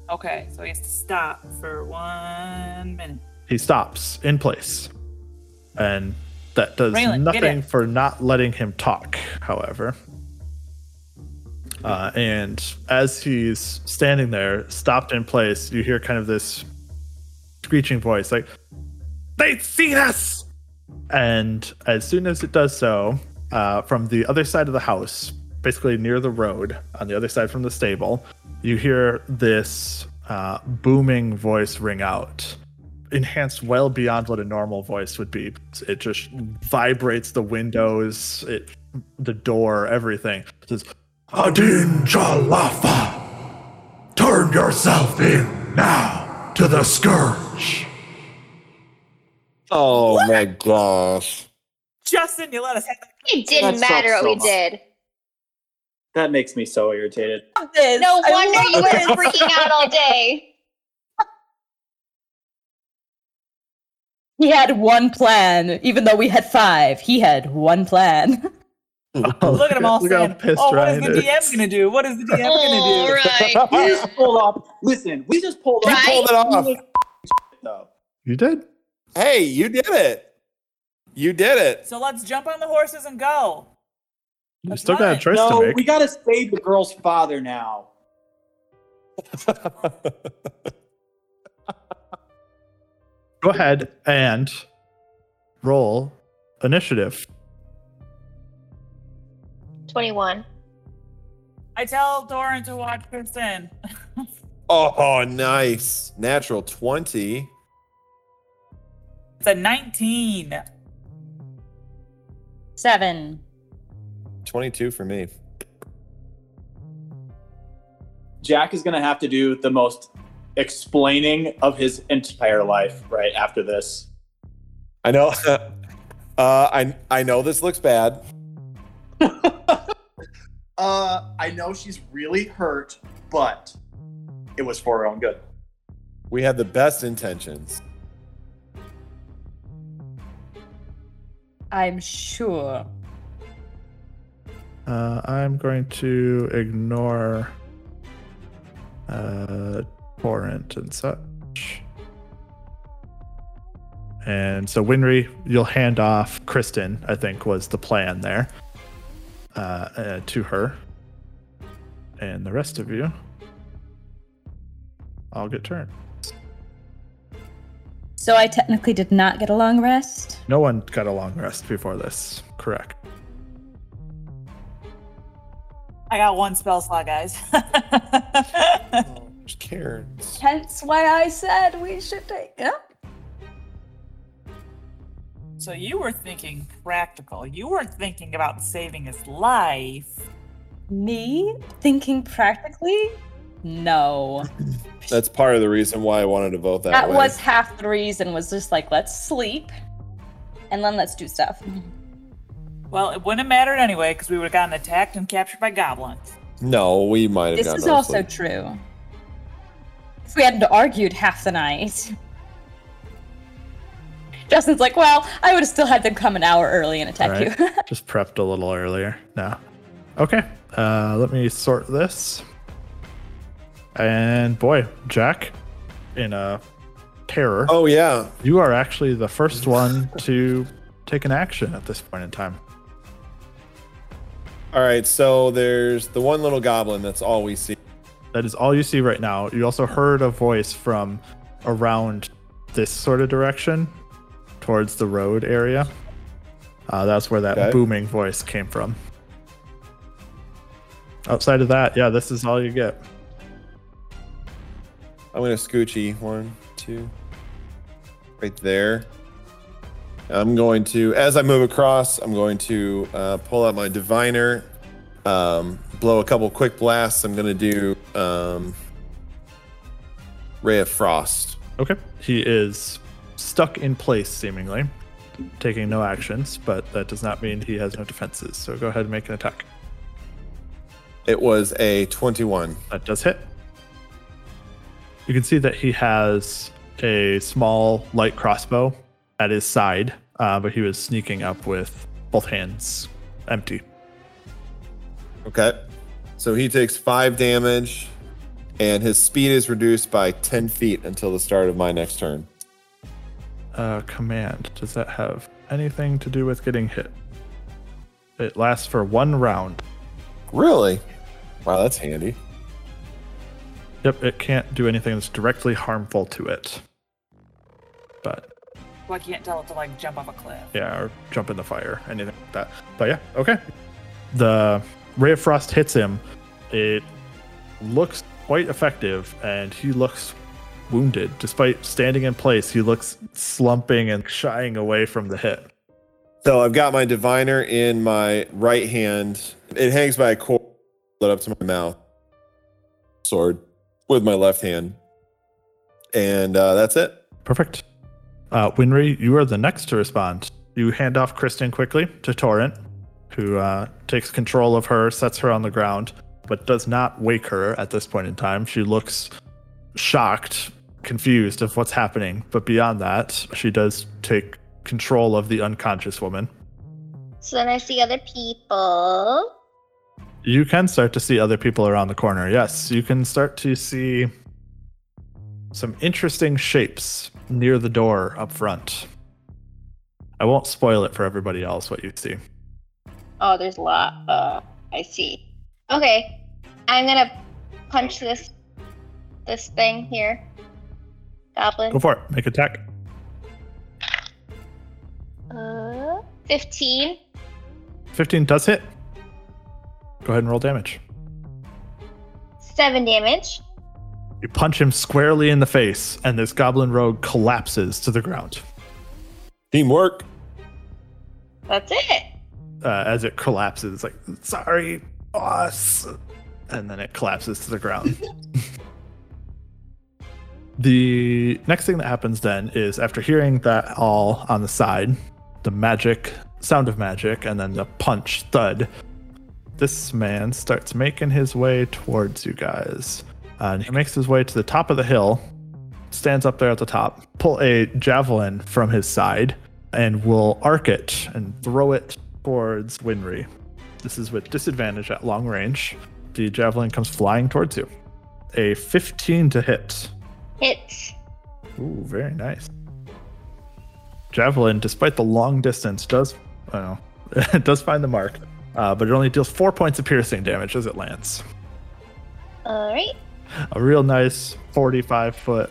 S6: Okay, so he has to stop for one minute.
S2: He stops in place. And that does
S6: Raylan, get
S2: nothing
S6: it.
S2: for not letting him talk, however. Uh, and as he's standing there, stopped in place, you hear kind of this screeching voice like, They've seen us! And as soon as it does so, uh, from the other side of the house, basically near the road, on the other side from the stable, you hear this uh, booming voice ring out, enhanced well beyond what a normal voice would be. It just vibrates the windows, it, the door, everything. It says, Adin Jalafa, turn yourself in now to the scourge.
S1: Oh my gosh.
S6: Justin, you let us have
S3: It
S4: That
S3: didn't
S4: sucks
S3: matter what
S4: so
S3: we
S4: much.
S3: did.
S4: That makes me so irritated.
S6: this.
S3: No
S6: I
S3: wonder
S6: love
S3: you
S6: this.
S3: were freaking out all day.
S8: He had one plan, even though we had five. He had one plan.
S6: Look at them all
S2: Oh, Look how
S6: saying,
S2: pissed
S6: "Oh, what is
S2: Ryan
S6: the DM gonna do? What is the DM gonna Oh, do?"
S3: All right.
S4: We just pulled off. Listen, we just pulled
S3: You
S4: off.
S3: pulled
S1: it off.
S4: Though.
S2: You did?
S1: Hey, you did it. You did it.
S6: So let's jump on the horses and go.
S2: You
S6: That's
S2: still got a
S6: mine.
S2: choice to
S4: No,
S2: make.
S4: we gotta save the girl's father now.
S2: Go ahead and roll initiative.
S3: 21.
S6: I tell Doran to watch Kristen.
S1: oh, nice. Natural 20.
S6: It's a 19.
S8: Seven.
S1: 22 for me.
S4: Jack is gonna have to do the most explaining of his entire life right after this.
S1: I know. uh, I I know this looks bad.
S4: Uh, I know she's really hurt, but it was for her own good.
S1: We had the best intentions.
S8: I'm sure.
S2: Uh, I'm going to ignore uh, torrent and such. And so, Winry, you'll hand off Kristen, I think was the plan there, uh, uh, to her. And the rest of you, I'll get turned.
S8: So I technically did not get a long rest.
S2: No one got a long rest before this, correct?
S6: I got one spell slot, guys.
S1: Just Karens.
S8: Hence why I said we should take. Yeah.
S6: so you were thinking practical. You weren't thinking about saving his life.
S8: Me thinking practically? No.
S1: That's part of the reason why I wanted to vote that,
S8: That
S1: way.
S8: was half the reason. Was just like let's sleep, and then let's do stuff.
S6: Well, it wouldn't have mattered anyway because we would have gotten attacked and captured by goblins.
S1: no, we might have.
S8: This
S1: gotten
S8: is
S1: our
S8: also
S1: sleep.
S8: true. If we hadn't argued half the night. Justin's like, well, I would have still had them come an hour early and attack
S2: Right.
S8: you.
S2: Just prepped a little earlier. No. Okay. Uh, let me sort this. And boy, Jack, in a terror,
S1: Oh yeah,
S2: you are actually the first one to take an action at this point in time.
S1: All right, so there's the one little goblin. That's all we see.
S2: That is all you see right now. You also heard a voice from around this sort of direction towards the road area. Uh, that's where that
S1: Okay.
S2: booming voice came from. Outside of that, yeah, this is all you get.
S1: I'm gonna scoochie one, two, right there. I'm going to, as I move across, I'm going to uh, pull out my diviner, um, blow a couple quick blasts. I'm gonna do um, ray of frost.
S2: Okay. He is stuck in place, seemingly, taking no actions, but that does not mean he has no defenses. So go ahead and make an attack.
S1: It was a 21.
S2: That does hit. You can see that he has a small light crossbow at his side, uh, but he was sneaking up with both hands empty.
S1: Okay. So he takes five damage, and his speed is reduced by 10 feet until the start of my next turn.
S2: Uh, command. Does that have anything to do with getting hit? It lasts for one round.
S1: Really? Wow, that's handy.
S2: Yep, it can't do anything that's directly harmful to it. But
S6: So I can't tell it to like jump off a cliff.
S2: yeah, or jump in the fire, anything like that. But yeah, okay. The ray of frost hits him. It looks quite effective, and he looks wounded. Despite standing in place, he looks slumping and shying away from the hit.
S1: So I've got my diviner in my right hand. It hangs by a cord hold it up to my mouth. Sword with my left hand. And uh, that's it.
S2: Perfect. Uh, Winry, you are the next to respond. You hand off Kristen quickly to Torrent, who uh, takes control of her, sets her on the ground, but does not wake her at this point in time. She looks shocked, confused of what's happening. But beyond that, she does take control of the unconscious woman.
S3: So then I see other people.
S2: You can start to see other people around the corner. Yes, you can start to see some interesting shapes near the door up front. I won't spoil it for everybody else what you see.
S3: Oh, there's a lot. Uh, I see. Okay, I'm gonna punch this this thing here. Goblin.
S2: Go for it. Make attack.
S3: Uh, 15.
S2: 15 does hit. Go ahead and roll damage.
S3: 7 damage.
S2: You punch him squarely in the face, and this goblin rogue collapses to the ground.
S1: Teamwork.
S3: That's it.
S2: Uh, as it collapses, it's like, sorry, boss. And then it collapses to the ground. the next thing that happens then is after hearing that all on the side, the magic, sound of magic, and then the punch thud, this man starts making his way towards you guys. And he makes his way to the top of the hill, stands up there at the top, pull a javelin from his side, and will arc it and throw it towards Winry. This is with disadvantage at long range. The javelin comes flying towards you. A 15 to hit.
S3: Hits.
S2: Ooh, very nice. Javelin, despite the long distance, does well, it does find the mark, uh, but it only deals four points of piercing damage as it lands.
S3: Alright.
S2: A real nice 45 foot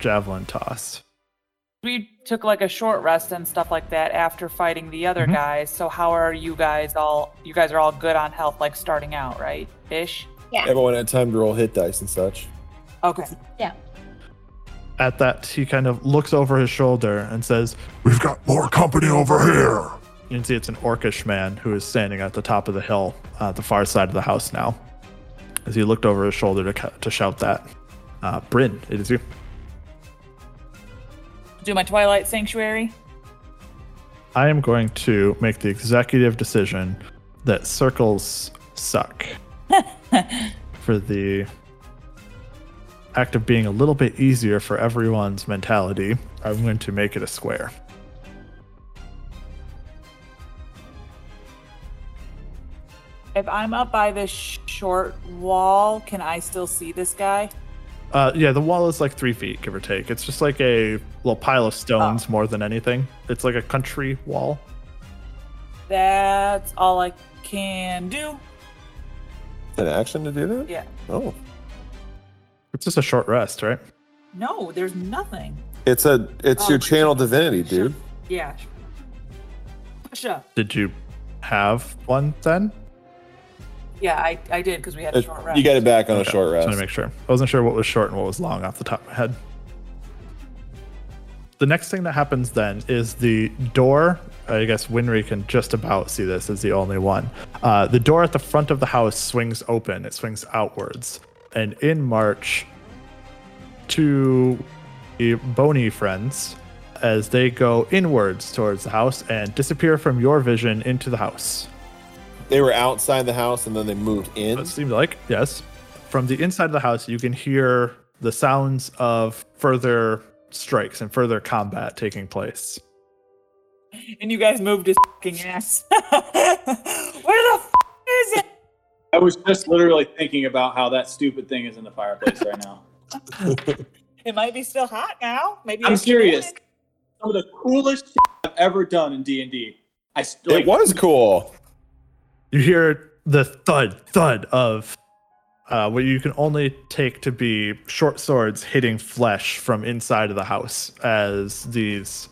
S2: javelin toss.
S6: We took like a short rest and stuff like that after fighting the other
S2: Mhm.
S6: guys. So how are you guys all? You guys are all good on health, like starting out, right? Ish.
S1: Everyone had time to roll hit dice and such.
S6: Okay.
S2: At that, he kind of looks over his shoulder and says,
S9: We've got more company over here.
S2: You can see it's an orcish man who is standing at the top of the hill uh, at the far side of the house now. As he looked over his shoulder to, ca- to shout that, uh, Bryn, it is you.
S6: Do my twilight sanctuary.
S2: I am going to make the executive decision that circles suck for the act of being a little bit easier for everyone's mentality. I'm going to make it a square.
S6: If I'm up by this sh- short wall, can I still see this guy?
S2: Uh, yeah, the wall is like three feet, give or take. It's just like a little pile of stones more than anything. It's like a country wall.
S6: That's all I can do.
S1: An action to do that?
S6: Yeah.
S1: Oh.
S2: It's just a short rest, right?
S6: No, there's nothing.
S1: It's a it's
S6: Oh,
S1: your
S6: my
S1: channel divinity, dude.
S6: Yeah. Push up.
S2: Did you have one then?
S6: Yeah, I, I did because we had a
S1: It-
S6: short rest.
S1: you got it back on a short
S2: Just
S1: rest.
S2: want to make sure. I wasn't sure what was short and what was long off the top of my head. The next thing that happens then is the door. I guess Winry can just about see this as the only one. Uh, the door at the front of the house swings open. It swings outwards, and in march two the bony friends as they go inwards towards the house and disappear from your vision into the house.
S1: They were outside the house and then they moved in.
S2: It seemed like, yes. From the inside of the house, you can hear the sounds of further strikes and further combat taking place.
S6: and you guys moved his fucking ass. Where the f- is it?
S4: I was just literally thinking about how that stupid thing is in the fireplace right now.
S6: It might be still hot now. Maybe
S4: I'm
S6: it's
S4: serious.
S6: cold.
S4: Some of the coolest shit I've ever done in D and D. I still
S1: It was cool.
S2: You hear the thud, thud of uh, what you can only take to be short swords hitting flesh from inside of the house as these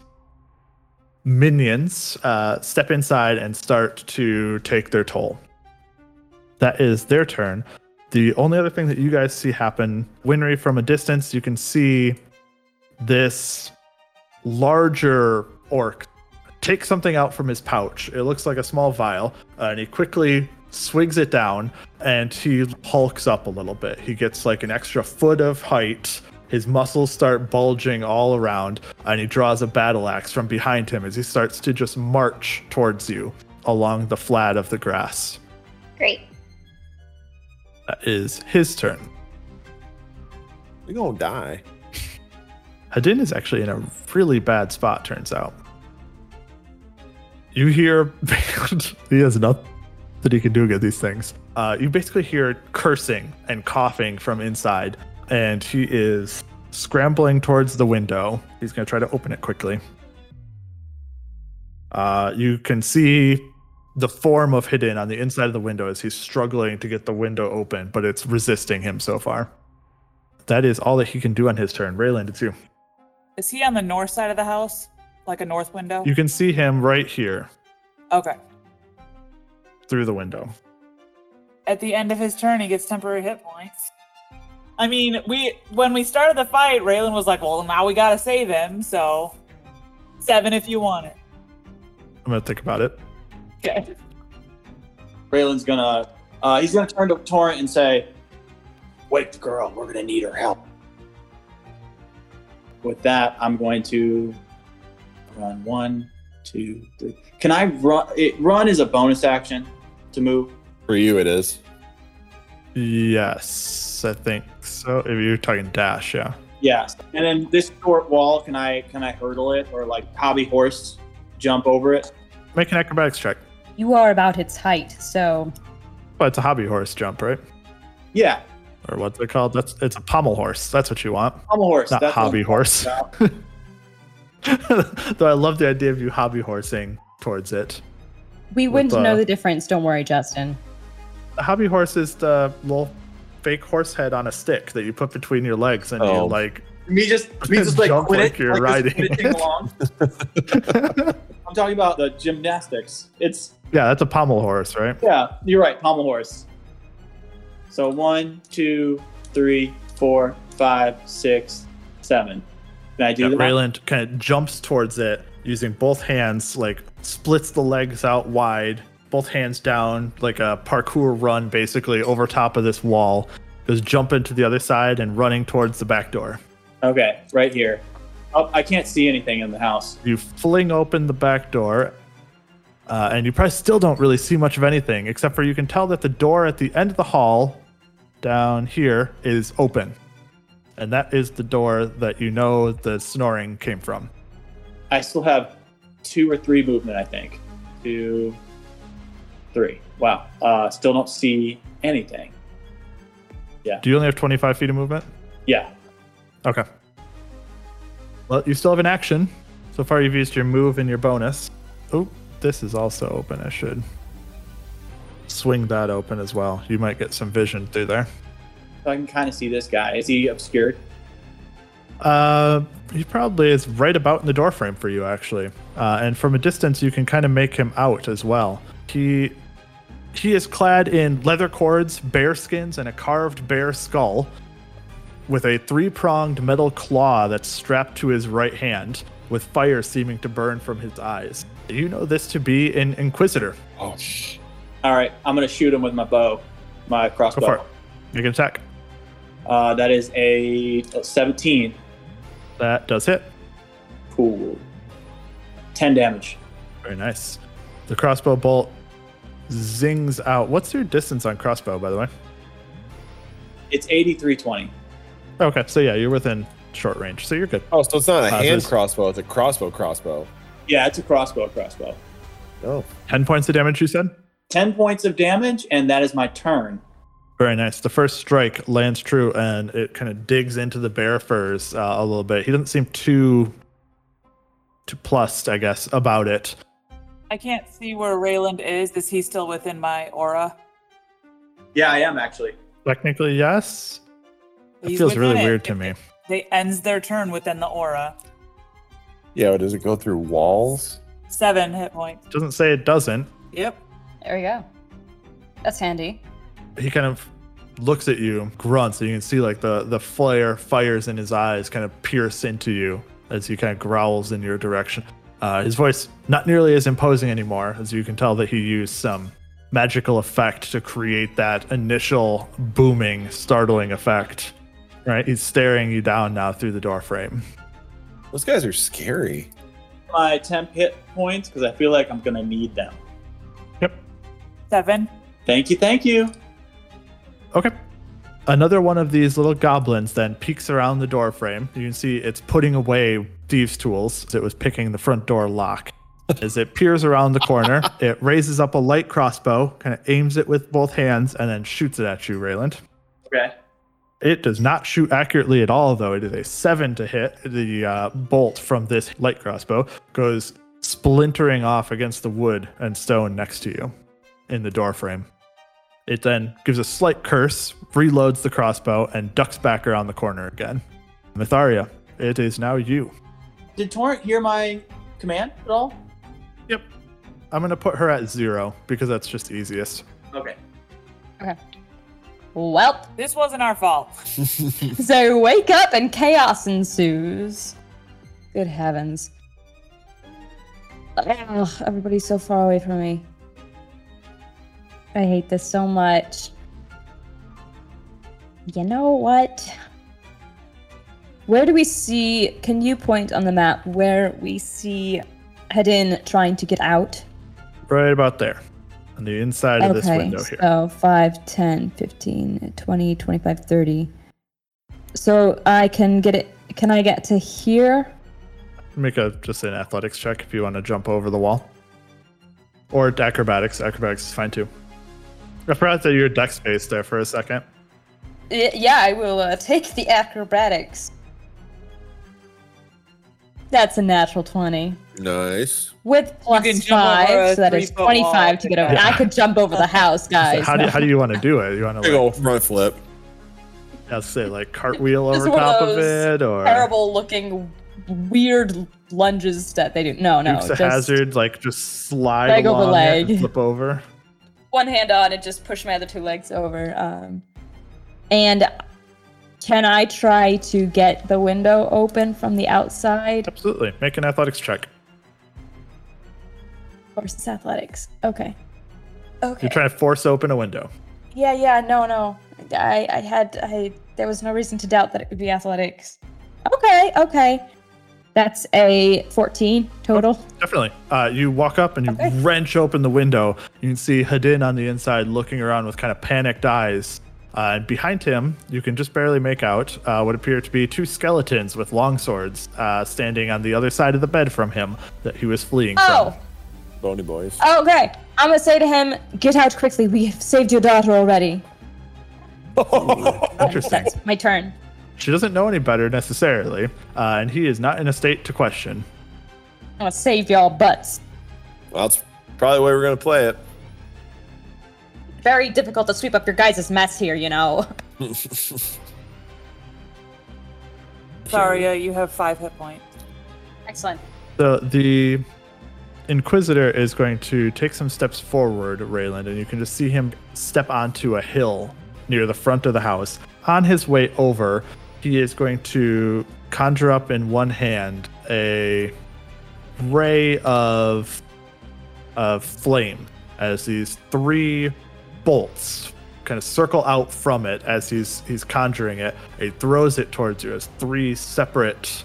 S2: minions uh, step inside and start to take their toll. That is their turn. The only other thing that you guys see happen, Winry, from a distance, you can see this larger orc take something out from his pouch. It looks like a small vial, uh, and he quickly swigs it down and he hulks up a little bit. He gets like an extra foot of height His muscles start bulging all around, and he draws a battle axe from behind him as he starts to just march towards you along the flat of the grass.
S3: Great.
S2: That is his turn.
S1: We're going to die.
S2: Hadin is actually in a really bad spot, turns out. You hear, he has nothing that he can do against these things. Uh, you basically hear cursing and coughing from inside, and he is scrambling towards the window. He's going to try to open it quickly. Uh, you can see the form of Hidden on the inside of the window as he's struggling to get the window open, but it's resisting him so far. That is all that he can do on his turn. Rayland, it's you.
S6: Is he on the north side of the house? Like a north window?
S2: You can see him right here
S6: Okay.
S2: through the window.
S6: At the end of his turn, he gets temporary hit points. I mean, we when we started the fight, Raylan was like, "Well, now we gotta save him." So, seven if you want it.
S2: I'm going to think about it.
S6: Okay.
S4: Raylan's gonna uh, he's gonna turn to Torrent and say, "Wake the girl. We're gonna need her help." With that, I'm going to run one, two, three. Can I run? It, run is a bonus action to move.
S1: For you, it is.
S2: Yes, I think so. If you're talking dash, yeah.
S4: Yes. And then this short wall, can I can I hurdle it or like hobby horse jump over it?
S2: Make an acrobatics check.
S8: You are about its height, so
S2: But it's a hobby horse jump, right?
S4: Yeah,
S2: Or what's it called? That's it's a pommel horse. That's what you want.
S4: I'm a horse.
S2: Not
S4: That's what
S2: hobby
S4: I'm
S2: horse.
S4: talking about.
S2: Though I love the idea of you hobby horsing towards it.
S8: we wouldn't
S2: With, uh,
S8: know the difference. Don't worry, Justin.
S2: The hobby horse is the little fake horse head on a stick that you put between your legs and you
S1: Oh.
S2: like
S4: Me just me just like
S2: Jump
S4: quit
S2: like
S4: it,
S2: you're
S4: like
S2: riding
S4: just quit
S2: it.
S4: it, sing along. I'm talking about the gymnastics. It's
S2: Yeah, that's a pommel horse, right?
S4: yeah, you're right, pommel horse. So one, two, three, four, five, six, seven. Can I do
S2: Yeah,
S4: the math?
S2: Rayland kind of jumps towards it using both hands, like splits the legs out wide, both hands down, like a parkour run basically over top of this wall. Goes jumping to the other side and running towards the back door.
S4: Okay, right here. Oh, I can't see anything in the house.
S2: You fling open the back door, uh, and you probably still don't really see much of anything, except for you can tell that the door at the end of the hall down here is open. And that is the door that you know the snoring came from.
S4: I still have two or three movement, I think. Two, three. Wow. Uh, still don't see anything.
S2: Do you only have 25 feet of movement?
S4: Yeah.
S2: Okay. Well, you still have an action. So far, you've used your move and your bonus. Oh, this is also open. I should swing that open as well. You might get some vision through there.
S4: So I can kind of see this guy. Is he obscured?
S2: Uh, he probably is right about in the door frame for you, actually. Uh, and from a distance, you can kind of make him out as well. He he is clad in leather cords, bear skins, and a carved bear skull, with a three-pronged metal claw that's strapped to his right hand, with fire seeming to burn from his eyes. You know this to be an inquisitor.
S1: Oh, shh.
S4: All right, I'm gonna shoot him with my bow, my
S2: Go for it.
S4: crossbow.
S2: Make an attack.
S4: Uh, that is a oh, 17.
S2: That does hit.
S4: Cool. 10 damage.
S2: Very nice. The crossbow bolt zings out. What's your distance on crossbow, by the way?
S4: It's 8320.
S2: Okay, so yeah, you're within short range, so you're good.
S1: Oh, so it's not a
S2: Uh,
S1: hand
S2: there's-
S1: crossbow. It's a crossbow crossbow.
S4: Yeah, it's a crossbow, crossbow.
S1: Oh.
S2: Ten points of damage, you said.
S4: 10 points of damage, and that is my turn.
S2: Very nice. The first strike lands true, and it kind of digs into the bear furs uh, a little bit. He doesn't seem too too plussed, I guess, about it.
S6: I can't see where Rayland is. Is he still within my aura?
S4: Yeah, I am actually.
S2: Technically, yes. It
S6: He's
S2: feels really
S6: within it.
S2: weird to me.
S6: They ends their turn within the aura.
S1: Yeah, but does it go through walls?
S6: Seven hit points.
S2: Doesn't say it doesn't.
S6: Yep.
S8: There we go. That's handy.
S2: he kind of looks at you, grunts, and you can see like the the flare fires in his eyes kind of pierce into you as he kind of growls in your direction. Uh, his voice not nearly as imposing anymore, as you can tell that he used some magical effect to create that initial booming, startling effect. Right? He's staring you down now through the door frame.
S1: Those guys are scary.
S4: My temp hit points because I feel like I'm gonna need them.
S6: Seven.
S4: Thank you, thank you.
S2: Okay. Another one of these little goblins then peeks around the door frame. You can see it's putting away thieves' tools. as It was picking the front door lock. As it peers around the corner, it raises up a light crossbow, kind of aims it with both hands, and then shoots it at you, Rayland.
S4: Okay.
S2: It does not shoot accurately at all, though. It is a seven to hit. The uh, bolt from this light crossbow goes splintering off against the wood and stone next to you in the doorframe. It then gives a slight curse, reloads the crossbow, and ducks back around the corner again. Mitharia, it is now you.
S4: Did Torrent hear my command at all?
S2: Yep. I'm going to put her at zero because that's just easiest.
S4: Okay.
S8: Welp.
S6: This wasn't our fault.
S8: So wake up and chaos ensues. Good heavens. Ugh, everybody's so far away from me. I hate this so much. You know what? Where do we see? Can you point on the map where we see Hedin trying to get out?
S2: Right about there on the inside of this window here.
S8: So 5, 10, 15, 20, 25, 30. So I can get it. Can I get to here?
S2: Make a just an athletics check if you want to jump over the wall. Or acrobatics. Acrobatics is fine too. I forgot that your deck space there for a second.
S8: Y- Yeah, I will uh, take the acrobatics. That's a natural 20.
S1: Nice.
S8: With plus
S6: can jump over a
S8: 5, so that is
S6: three-foot wall
S8: 25 to
S6: and
S8: get over.
S2: get
S8: I
S2: out.
S8: could jump over the house,
S2: So
S8: guys.
S2: how, do you, how do you want to do it? You want to
S1: Big
S2: like,
S1: old front flip.
S2: let's say like cartwheel
S8: Just
S2: over
S8: one of
S2: top of
S8: those
S2: it, or
S8: Terrible looking, weird lunges that they do. No, no.
S2: Dukes of
S8: Just
S2: hazard, like just slide
S8: Leg over
S2: along it and
S8: leg.
S2: flip over.
S8: one hand on and just push my other two legs over. Um, and can I try to get the window open from the outside?
S2: Absolutely, make an athletics check.
S8: Of course, it's athletics. Okay. Okay.
S2: You're trying to force open a window.
S8: Yeah, yeah, no, no. I, I had, I, there was no reason to doubt that it would be athletics. Okay, okay. That's a 14 total.
S2: Definitely. Uh, you walk up and you
S8: Okay.
S2: wrench open the window. You can see Hadin on the inside looking around with kind of panicked eyes. Uh, and behind him, you can just barely make out uh, what appear to be two skeletons with long swords uh, standing on the other side of the bed from him that he was fleeing
S8: Oh,
S1: Bony boys.
S8: okay. I'm gonna say to him, get out quickly. We have saved your daughter already.
S2: from. Interesting.
S8: That's my turn.
S2: She doesn't know any better necessarily, uh, and he is not in a state to question.
S8: I'm gonna save y'all butts.
S1: Well, that's probably the way we're going to play it.
S8: Very difficult to sweep up your guys' mess here, you know.
S6: Saria, uh, you have five hit points.
S7: Excellent.
S2: The the Inquisitor is going to take some steps forward, Rayland, and you can just see him step onto a hill near the front of the house. On his way over, he is going to conjure up in one hand a ray of of flame as these three bolts kind of circle out from it as he's he's conjuring it. He throws it towards you as three separate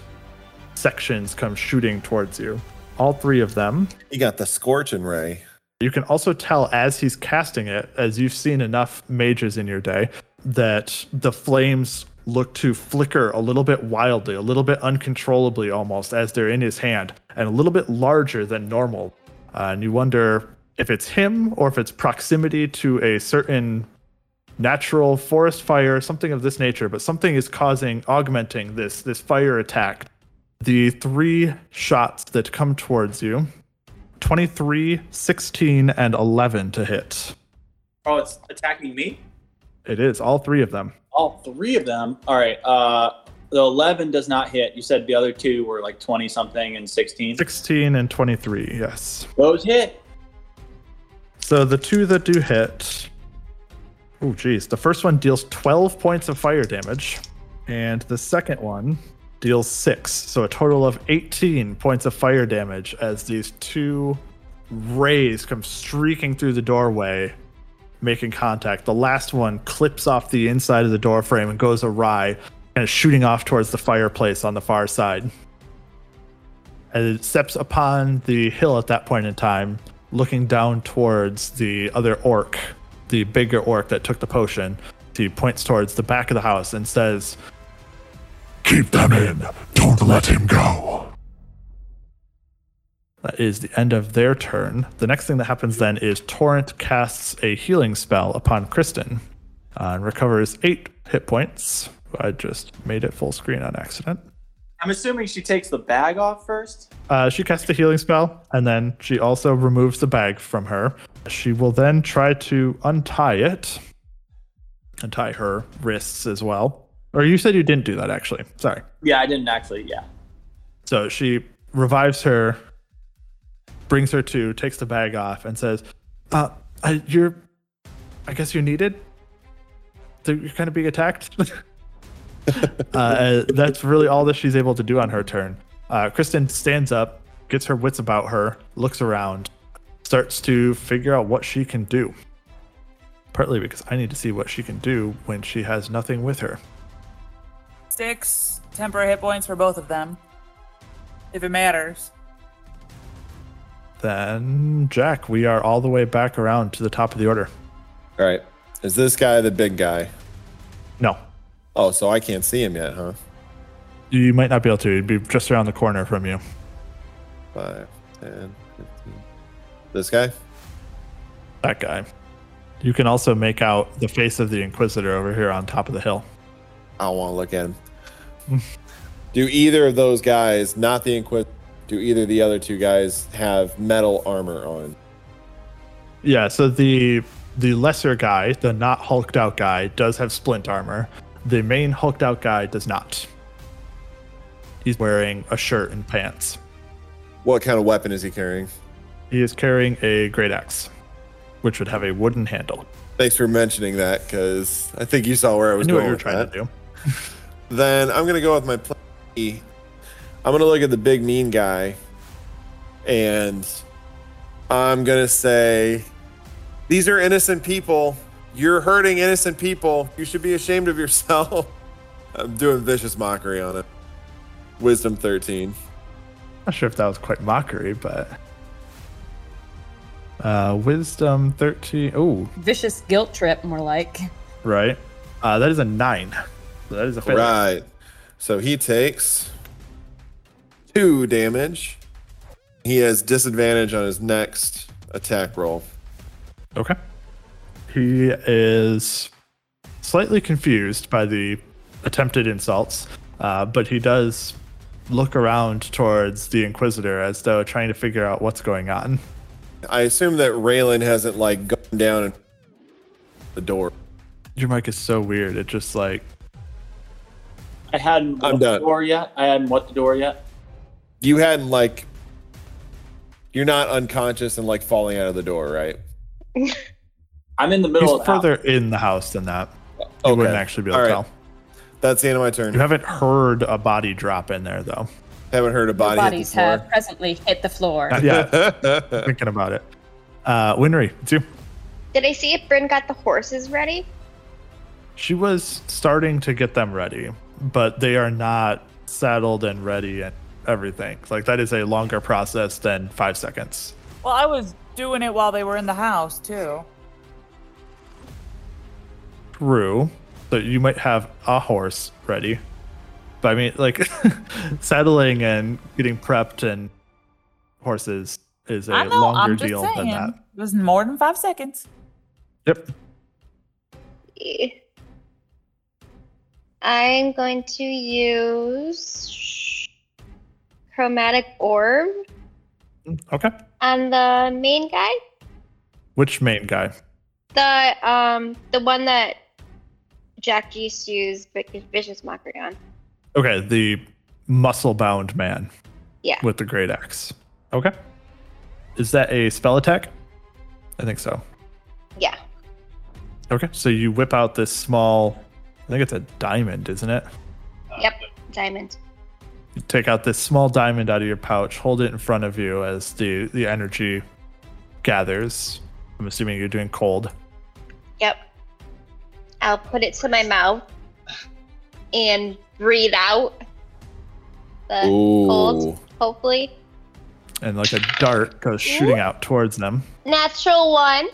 S2: sections come shooting towards you. All three of them.
S1: You got the scorching ray.
S2: You can also tell as he's casting it, as you've seen enough mages in your day, that the flames look to flicker a little bit wildly, a little bit uncontrollably almost as they're in his hand, and a little bit larger than normal. Uh, and you wonder if it's him or if it's proximity to a certain natural forest fire, something of this nature, but something is causing, augmenting this this fire attack. The three shots that come towards you 23, 16, and 11 to hit.
S4: Oh, it's attacking me?
S2: It is all three of them.
S4: All three of them. All right. Uh, the 11 does not hit. You said the other two were like 20 something and 16.
S2: 16 and 23, yes.
S4: Those hit.
S2: So the two that do hit. Oh, geez. The first one deals 12 points of fire damage, and the second one deals six. So a total of 18 points of fire damage as these two rays come streaking through the doorway, making contact. The last one clips off the inside of the door frame and goes awry, kind of shooting off towards the fireplace on the far side. And it uh, steps upon the hill at that point in time, looking down towards the other orc, the bigger orc that took the potion. He points towards the back of the house and says,
S9: Keep them in. Don't let him go.
S2: That is the end of their turn. The next thing that happens then is Torrent casts a healing spell upon Kristen uh, and recovers eight hit points. I just made it full screen on accident.
S4: I'm assuming she takes the bag off first.
S2: Uh, she casts a healing spell and then she also removes the bag from her. She will then try to untie it, untie her wrists as well. Or you said you didn't do that actually. Sorry.
S4: Yeah, I didn't actually. Yeah.
S2: So she revives her, brings her to, takes the bag off, and says, uh, I, "You're, I guess you're needed. So You're kind of being attacked." uh, uh, that's really all that she's able to do on her turn. Uh, Kristen stands up, gets her wits about her, looks around, starts to figure out what she can do. Partly because I need to see what she can do when she has nothing with her.
S6: Six temporary hit points for both of them, if it matters.
S2: Then, Jack, we are all the way back around to the top of the order.
S1: All right. Is this guy the big guy?
S2: No,
S1: Oh, so I can't see him yet, huh?
S2: you might not be able to. It'd be just around the corner from you.
S1: Five, ten, fifteen. This guy?
S2: That guy. You can also make out the face of the Inquisitor over here on top of the hill.
S1: I don't want to look at him. do either of those guys, not the Inquisitor, do either of the other two guys have metal armor on?
S2: Yeah, so the the lesser guy, the not hulked out guy, does have splint armor. The main hulked out guy does not. He's wearing a shirt and pants.
S1: What kind of weapon is he carrying?
S2: He is carrying a great axe, which would have a wooden handle.
S1: Thanks for mentioning that because I think you saw where I
S2: I
S1: was
S2: knew
S1: going.
S2: what you were
S1: with
S2: trying
S1: that.
S2: to do.
S1: Then I'm going to go with my plan B. I'm going to look at the big mean guy and I'm going to say, These are innocent people. You're hurting innocent people. You should be ashamed of yourself. I'm doing vicious mockery on it. Wisdom 13.
S2: Not sure if that was quite mockery, but uh, wisdom thirteen. Oh,
S7: Vicious guilt trip, more like.
S2: right. Uh, that is a nine. So that is a failure.
S1: Right. So he takes two damage. He has disadvantage on his next attack roll.
S2: Okay. He is slightly confused by the attempted insults, uh, but he does look around towards the Inquisitor as though trying to figure out what's going on.
S1: I assume that Raylan hasn't like gone down and the door.
S2: Your mic is so weird. It just like
S4: I hadn't
S1: I'm
S4: what
S1: done.
S4: the door yet. I hadn't what the door yet.
S1: You hadn't like you're not unconscious and like falling out of the door, right?
S4: I'm in the
S2: he's
S4: middle of the house.
S2: further in the house than that. You wouldn't actually be able
S1: All
S2: to
S1: right.
S2: tell.
S1: That's the end of my
S2: You
S1: turn.
S2: haven't heard a body drop in there though.
S1: Haven't heard a body hit
S7: Bodies
S1: the floor.
S7: have presently hit the floor.
S2: Not yet. thinking about it. Uh, Winry, it's you.
S3: Did I see if Bryn got the horses ready?
S2: She was starting to get them ready, but they are not saddled and ready and everything. Like that is a longer process than five seconds.
S6: Well, I was doing it while they were in the house, too.
S2: True. So you might have a horse ready. But I mean like saddling and getting prepped and horses is a
S6: I know,
S2: longer
S6: I'm just
S2: deal
S6: saying.
S2: than that.
S6: It was more than five seconds.
S2: Yep.
S3: Eh. I'm going to use chromatic orb
S2: Okay.
S3: on the main guy.
S2: Which main guy?
S3: The um the one that Jack used to use Vic- vicious mockery on.
S2: Okay, the muscle bound man.
S3: Yeah.
S2: With the great axe. Okay. Is that a spell attack? I think so.
S3: Yeah.
S2: Okay, so you whip out this small, I think it's a diamond, isn't it?
S3: Yep. Diamond.
S2: You take out this small diamond out of your pouch, hold it in front of you as the, the energy gathers. I'm assuming you're doing cold.
S3: Yep. I'll put it to my mouth and breathe out the
S1: Ooh.
S3: cold, hopefully.
S2: and like a dart goes shooting out towards them.
S3: Natural one.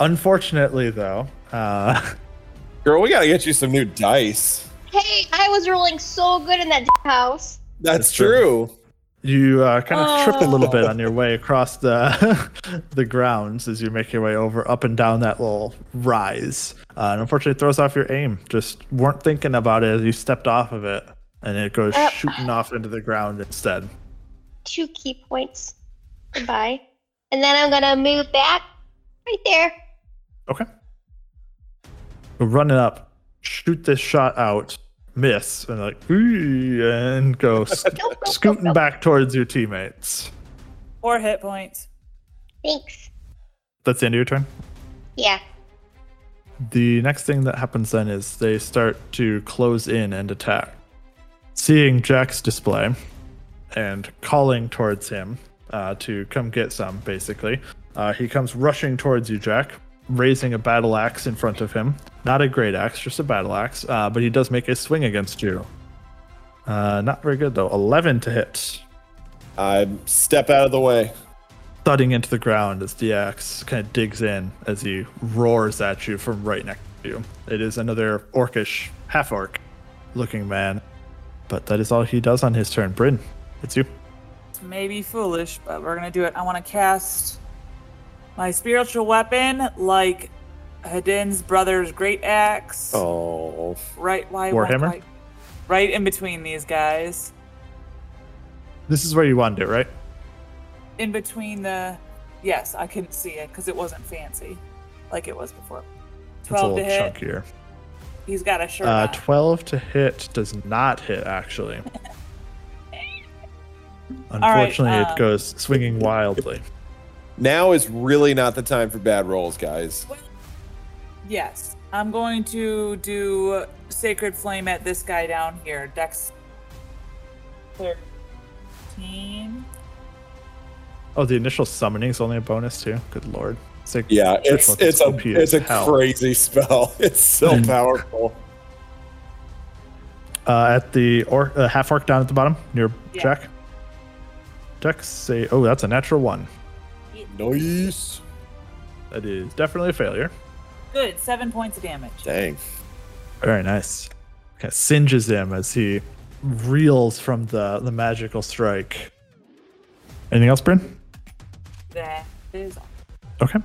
S2: Unfortunately, though, uh,
S1: Girl, we gotta get you some new dice.
S3: Hey, I was rolling so good in that d- house.
S1: That's
S2: That's true.
S1: true.
S2: you uh, kind of trip a little
S1: Oh.
S2: bit on your way across the the grounds as you make your way over up and down that little rise. Uh, and unfortunately, it throws off your aim. Just weren't thinking about it as you stepped off of it, and it goes
S3: Yep.
S2: shooting off into the ground instead.
S3: Two key points. Goodbye. And then I'm gonna move back right there.
S2: Okay. Run it up, shoot this shot out, miss, and like, "Ooh," and go sc-
S3: Nope, nope, nope,
S2: scooting
S3: nope.
S2: back towards your teammates.
S6: Four hit points.
S3: Thanks.
S2: That's the end of your turn.
S3: Yeah.
S2: The next thing that happens then is they start to close in and attack. Seeing Jack's display and calling towards him uh, to come get some, basically, uh, he comes rushing towards you, Jack, raising a battle axe in front of him. Not a great axe, just a battle axe, uh, but he does make a swing against you. Uh, not very good, though. 11 to hit.
S1: I step out of the way.
S2: thudding into the ground as the axe kind of digs in as he roars at you from right next to you. It is another orcish, half orc looking man, but that is all he does on his turn. Bryn, it's you.
S6: It's maybe foolish, but we're gonna do it. I want to cast my spiritual weapon, like Hadin's brother's great axe.
S1: Oh.
S6: Right, why won't
S2: Warhammer?
S6: I- right in between these guys,
S2: This is where you want it, right?
S6: in between the. Yes, I couldn't see it because it wasn't fancy, like it was before.
S2: It's a
S6: Twelve to
S2: little
S6: hit.
S2: chunkier.
S6: He's got a shirt.
S2: Uh,
S6: on.
S2: 12 to hit does not hit, actually.
S6: right,
S2: Unfortunately,
S6: uh,
S2: it goes swinging wildly.
S1: Now is really not the time for bad rolls, guys.
S6: Yes. I'm going to do Sacred Flame at this guy down here. Dex 13.
S2: Oh, the initial summoning is only a bonus, too. Good lord. It's like-
S1: Yeah, it's
S2: Circle
S1: it's a
S2: OP
S1: it's
S2: as
S1: a
S2: hell.
S1: crazy spell. It's so
S2: Mm.
S1: powerful.
S2: uh, at the or uh, half orc down at the bottom near
S6: Yeah.
S2: Jack. Jack say, "Oh, that's a natural one.
S1: Nice.
S2: That is definitely a failure.
S6: Good. Seven points of damage.
S1: Dang.
S2: Very nice." Kind of singes him as he reels from the the magical strike. Anything else, Bryn?
S6: That is.
S2: Okay.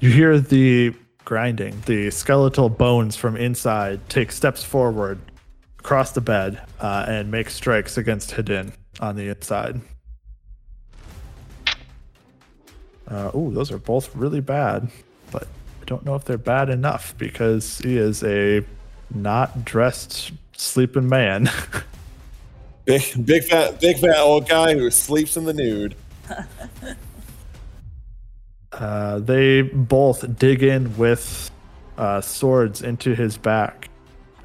S2: You hear the grinding. The skeletal bones from inside take steps forward across the bed uh, and make strikes against Hidden on the inside. Uh, oh, those are both really bad, but I don't know if they're bad enough because he is a not dressed sleeping man.
S1: Big big fat big fat old guy who sleeps in the nude.
S2: Uh, they both dig in with uh, swords into his back,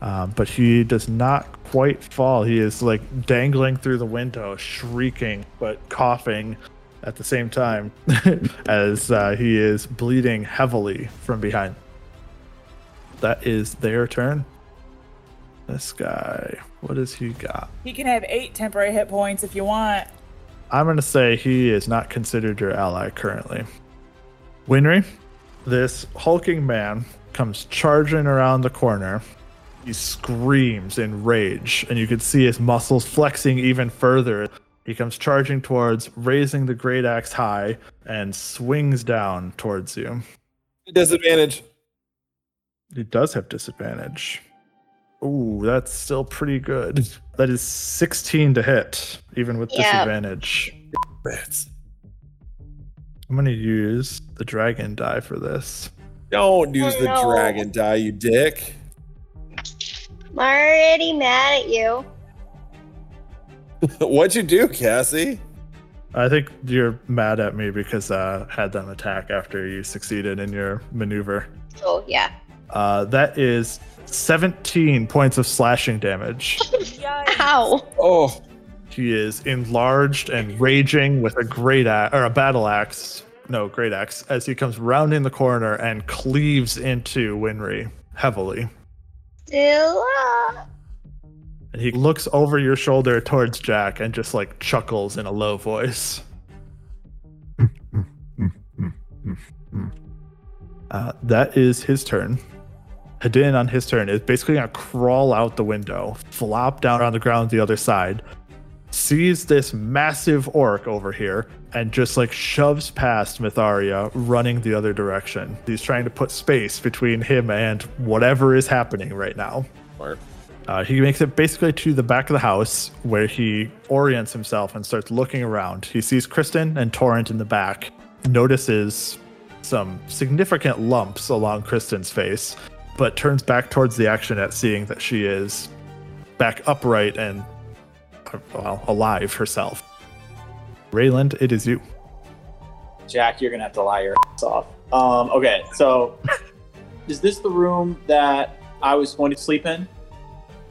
S2: um, but he does not quite fall. He is like dangling through the window, shrieking but coughing at the same time as uh, he is bleeding heavily from behind. That is their turn. This guy, what has he got?
S6: He can have eight temporary hit points if you want.
S2: I'm going to say he is not considered your ally currently. Winry, this hulking man comes charging around the corner. He screams in rage, and you can see his muscles flexing even further. He comes charging towards, raising the great axe high, and swings down towards you.
S1: Disadvantage.
S2: He does have disadvantage. Ooh, that's still pretty good. That is 16 to hit, even with
S3: Yeah.
S2: disadvantage. I'm gonna use the dragon die for this.
S1: Don't use
S3: Oh,
S1: the
S3: no.
S1: dragon die, you dick.
S3: I'm already mad at you.
S1: What'd you do, Cassie?
S2: I think you're mad at me because uh, I had them attack after you succeeded in your maneuver.
S3: So yeah.
S2: Uh, that is 17 points of slashing damage.
S3: Ow.
S1: Oh,
S2: He is enlarged and raging with a great axe or a battle axe. No, great axe as he comes rounding the corner and cleaves into Winry heavily.
S3: Still up.
S2: And he looks over your shoulder towards Jack and just like chuckles in a low voice. Uh, that is his turn. Hadin on his turn is basically gonna crawl out the window, flop down on the ground the other side, sees this massive orc over here, and just like shoves past Mitharia, running the other direction. He's trying to put space between him and whatever is happening right now.
S1: Or
S2: Uh, he makes it basically to the back of the house where he orients himself and starts looking around. He sees Kristen and Torrent in the back, notices some significant lumps along Kristen's face, but turns back towards the action at seeing that she is back upright and uh, well, alive herself. Rayland, it is you.
S4: Jack, you're gonna have to lie your ass off. Um, okay, so is this the room that I was going to sleep in?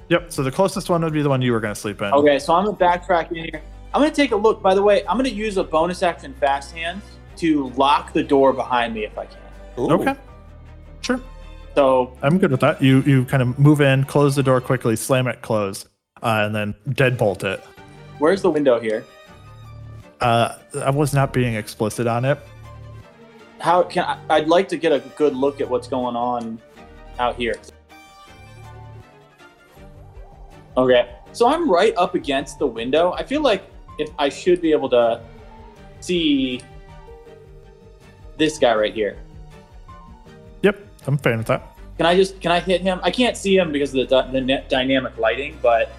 S2: Yep, so the closest one would be the one you were going to sleep in.
S4: Okay, so I'm gonna backtrack in here. I'm gonna take a look. By the way, I'm gonna use a bonus action fast hands to lock the door behind me if I can.
S1: Ooh.
S2: Okay. Sure.
S4: So
S2: I'm good with that. You you kind of move in, close the door quickly, slam it closed, uh, and then deadbolt it.
S4: where's the window here?
S2: Uh, I was not being explicit on it.
S4: How can I, I'd like to get a good look at what's going on out here. Okay, so I'm right up against the window. I feel like if I should be able to see this guy right here.
S2: Yep, I'm fine with that.
S4: Can I just can I hit him? I can't see him because of the dy- the net dynamic lighting, but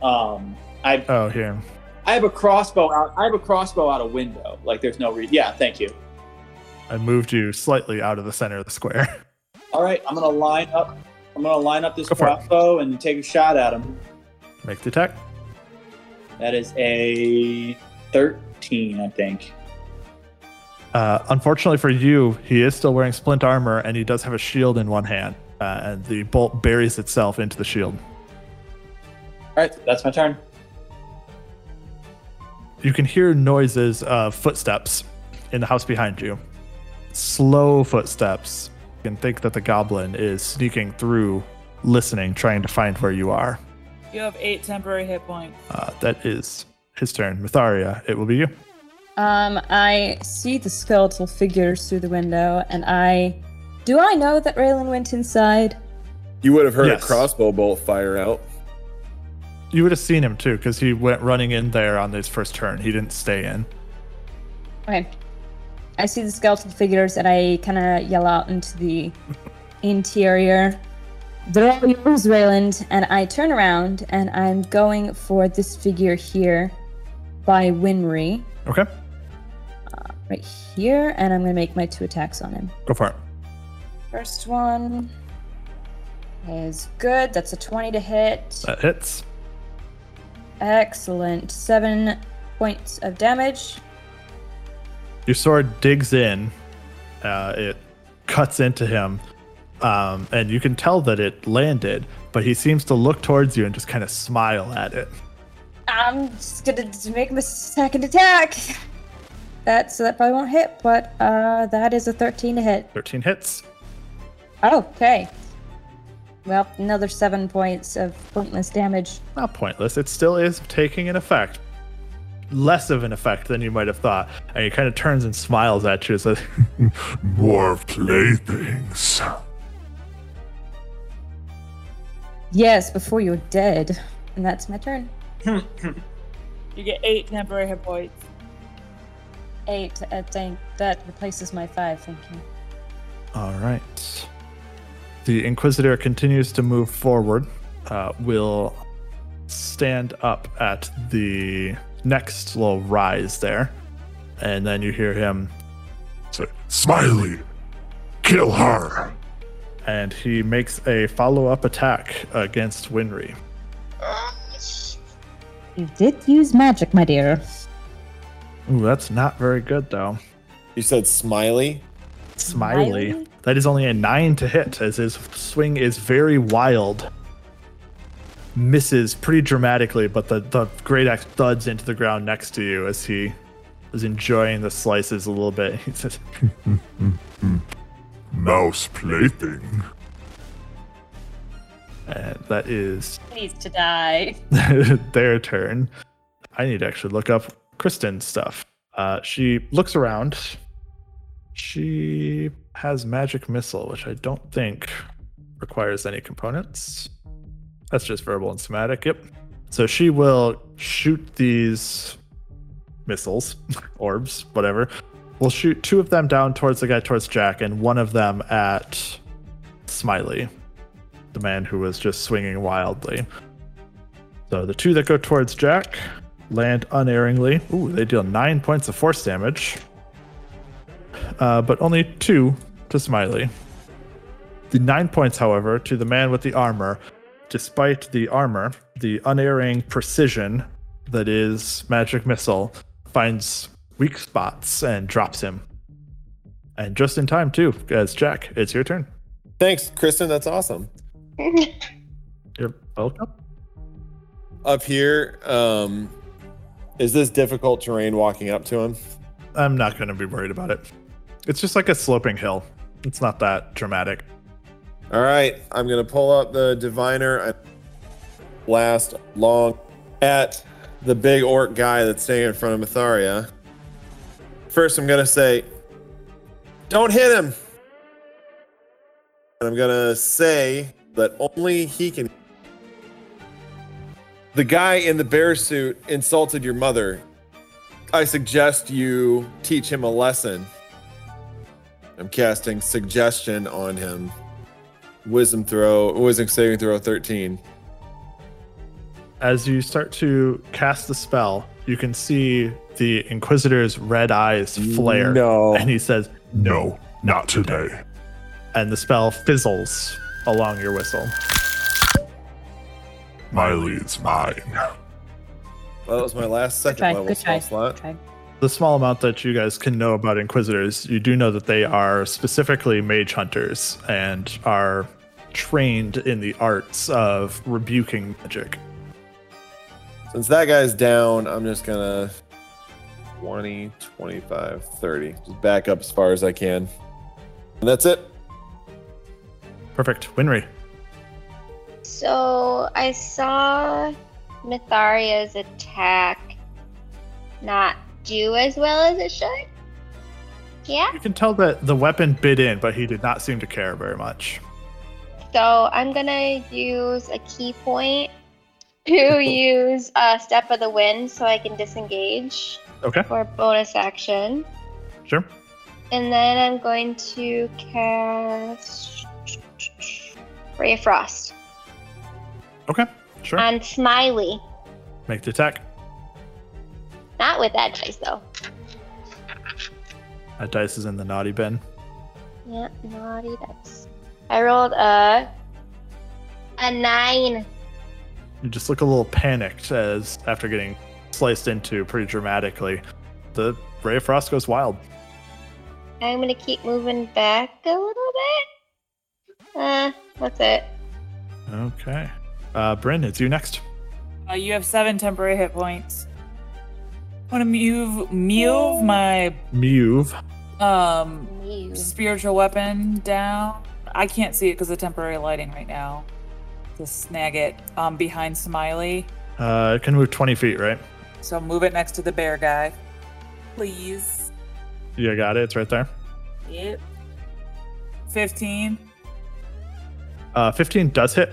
S4: um, I
S2: Oh, here.
S4: I have a crossbow out. I have a crossbow out a window. Like there's no reason. Yeah, thank you.
S2: I moved you slightly out of the center of the square.
S4: All right, I'm gonna line up. I'm gonna line up this
S2: Go for it.
S4: crossbow and take a shot at him.
S2: Make the attack.
S4: That is a 13, I think.
S2: Uh, unfortunately for you, he is still wearing splint armor and he does have a shield in one hand, uh, and the bolt buries itself into the shield.
S4: All right, that's my turn.
S2: You can hear noises of footsteps in the house behind you. Slow footsteps. You can think that the goblin is sneaking through, listening, trying to find where you are.
S6: You have eight temporary hit points.
S2: Uh, that is his turn. Mitharia, it will be you.
S8: Um, I see the skeletal figures through the window, and I do I know that Raylan went inside?
S1: You would have heard
S2: Yes.
S1: a crossbow bolt fire out.
S2: You would have seen him too, because he went running in there on his first turn. He didn't stay in.
S8: Okay. I see the skeletal figures, and I kind of yell out into the interior. They're all yours, Rayland. And I turn around, and I'm going for this figure here by Winry,
S2: Okay,
S8: right here, and I'm gonna make my two attacks on him.
S2: go for it.
S8: First one is good. That's a 20 to hit.
S2: That hits.
S8: Excellent. Seven points of damage.
S2: Your sword digs in. Uh, it cuts into him. Um, and you can tell that it landed, but he seems to look towards you and just kind of smile at it.
S8: I'm just gonna d- make my second attack. That so that probably won't hit, but uh, that is a 13 to hit.
S2: 13 hits.
S8: Okay. Well, another seven points of pointless damage.
S2: Not pointless. It still is taking an effect. Less of an effect than you might have thought. And he kind of turns and smiles at you. So,
S9: More playthings.
S8: Yes, before you're dead, and that's my turn.
S6: You get eight temporary hit points.
S8: Eight. I think that replaces my five. Thank you.
S2: all right. The Inquisitor continues to move forward. Uh, will stand up at the next little rise there. And then you hear him
S9: So, Smiley, kill her.
S2: and he makes a follow-up attack against Winry.
S8: You did use magic, my dear.
S2: Ooh, that's not very good though.
S1: You said smiley.
S2: Smiley. That is only a nine to hit, as his swing is very wild. Misses pretty dramatically, but the, the great axe thuds into the ground next to you as he is enjoying the slices a little bit. He says,
S9: Mouse plaything.
S2: And "Uh, that is
S7: Needs to die.
S1: Uh,
S2: their turn. I need to actually look up Kristen's stuff. Uh, she looks around. She has magic missile, which I don't think requires any components. That's just verbal and somatic. Yep. So she will shoot these missiles, orbs, whatever. We'll shoot two of them down towards the guy towards Jack, and one of them at Smiley, the man who was just swinging wildly. So the two that go towards Jack land unerringly. Ooh, they deal nine points of force damage, uh, but only two to Smiley. The nine points, however, to the man with the armor. Despite the armor, the unerring precision that is Magic Missile finds weak spots and drops him. And just in time, too, as Jack, it's your turn.
S1: Thanks, Kristen. That's awesome.
S2: You're welcome.
S1: Up here, um, is this difficult terrain walking up to him?
S2: I'm not going to be worried about it. It's just like a sloping hill. It's not that dramatic.
S1: All right, I'm gonna pull up the diviner. I blast long at the big orc guy that's standing in front of Matharia. First, I'm gonna say, "Don't hit him," and I'm gonna say that only he can. The guy in the bear suit insulted your mother. I suggest you teach him a lesson. I'm casting suggestion on him. Wisdom throw, wisdom saving throw 13.
S2: as you start to cast the spell, you can see the Inquisitor's red eyes flare.
S1: No.
S2: And he says,
S9: No, not today.
S2: and the spell fizzles along your whistle.
S9: My lead's mine.
S1: Well, that was my last
S8: Good
S1: second
S8: try.
S1: level
S8: Good
S1: spell
S8: try.
S1: slot.
S8: Good try.
S2: The small amount that you guys can know about Inquisitors, you do know that they are specifically mage hunters and are trained in the arts of rebuking magic.
S1: Since that guy's down, I'm just gonna 20, 25, 30. Just back up as far as I can. And that's it.
S2: Perfect. Winry.
S3: So I saw Mitharia's attack not do as well as it should. Yeah.
S2: You can tell that the weapon bit in, but he did not seem to care very much.
S3: So I'm gonna use a key point to use uh, Step of the Wind so I can disengage
S2: Okay,
S3: for a bonus action.
S2: sure.
S3: And then I'm going to cast Ray of Frost
S2: Okay, sure.
S3: on Smiley.
S2: Make the attack.
S3: Not with that dice though.
S2: That dice is in the naughty bin.
S3: Yeah, naughty dice. I rolled a a nine.
S2: You just look a little panicked as after getting sliced into pretty dramatically, the ray of frost goes wild.
S3: I'm gonna keep moving back a little bit. Uh, that's it.
S2: Okay. Uh, Bryn, it's you next.
S6: Uh, you have seven temporary hit points. Want to move, move my
S2: Move.
S6: um
S3: You.
S6: spiritual weapon down. I can't see it because of temporary lighting right now. To snag it um, behind Smiley.
S2: Uh, it can move 20 feet, right?
S6: So move it next to the bear guy. Please.
S2: You got it. It's right there.
S6: Yep. 15.
S2: Uh, 15 does hit.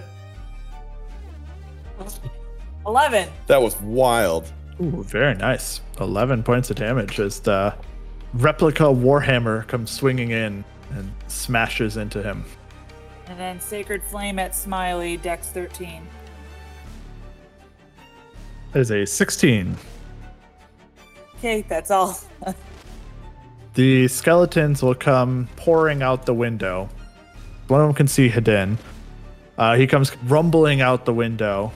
S6: 11.
S1: That was wild.
S2: Ooh, very nice. 11 points of damage as the replica warhammer comes swinging in and smashes into him.
S6: And then Sacred Flame at Smiley, Dex 13.
S2: That is a 16.
S6: Okay, that's all.
S2: The skeletons will come pouring out the window. One of them can see Hedin. Uh, he comes rumbling out the window.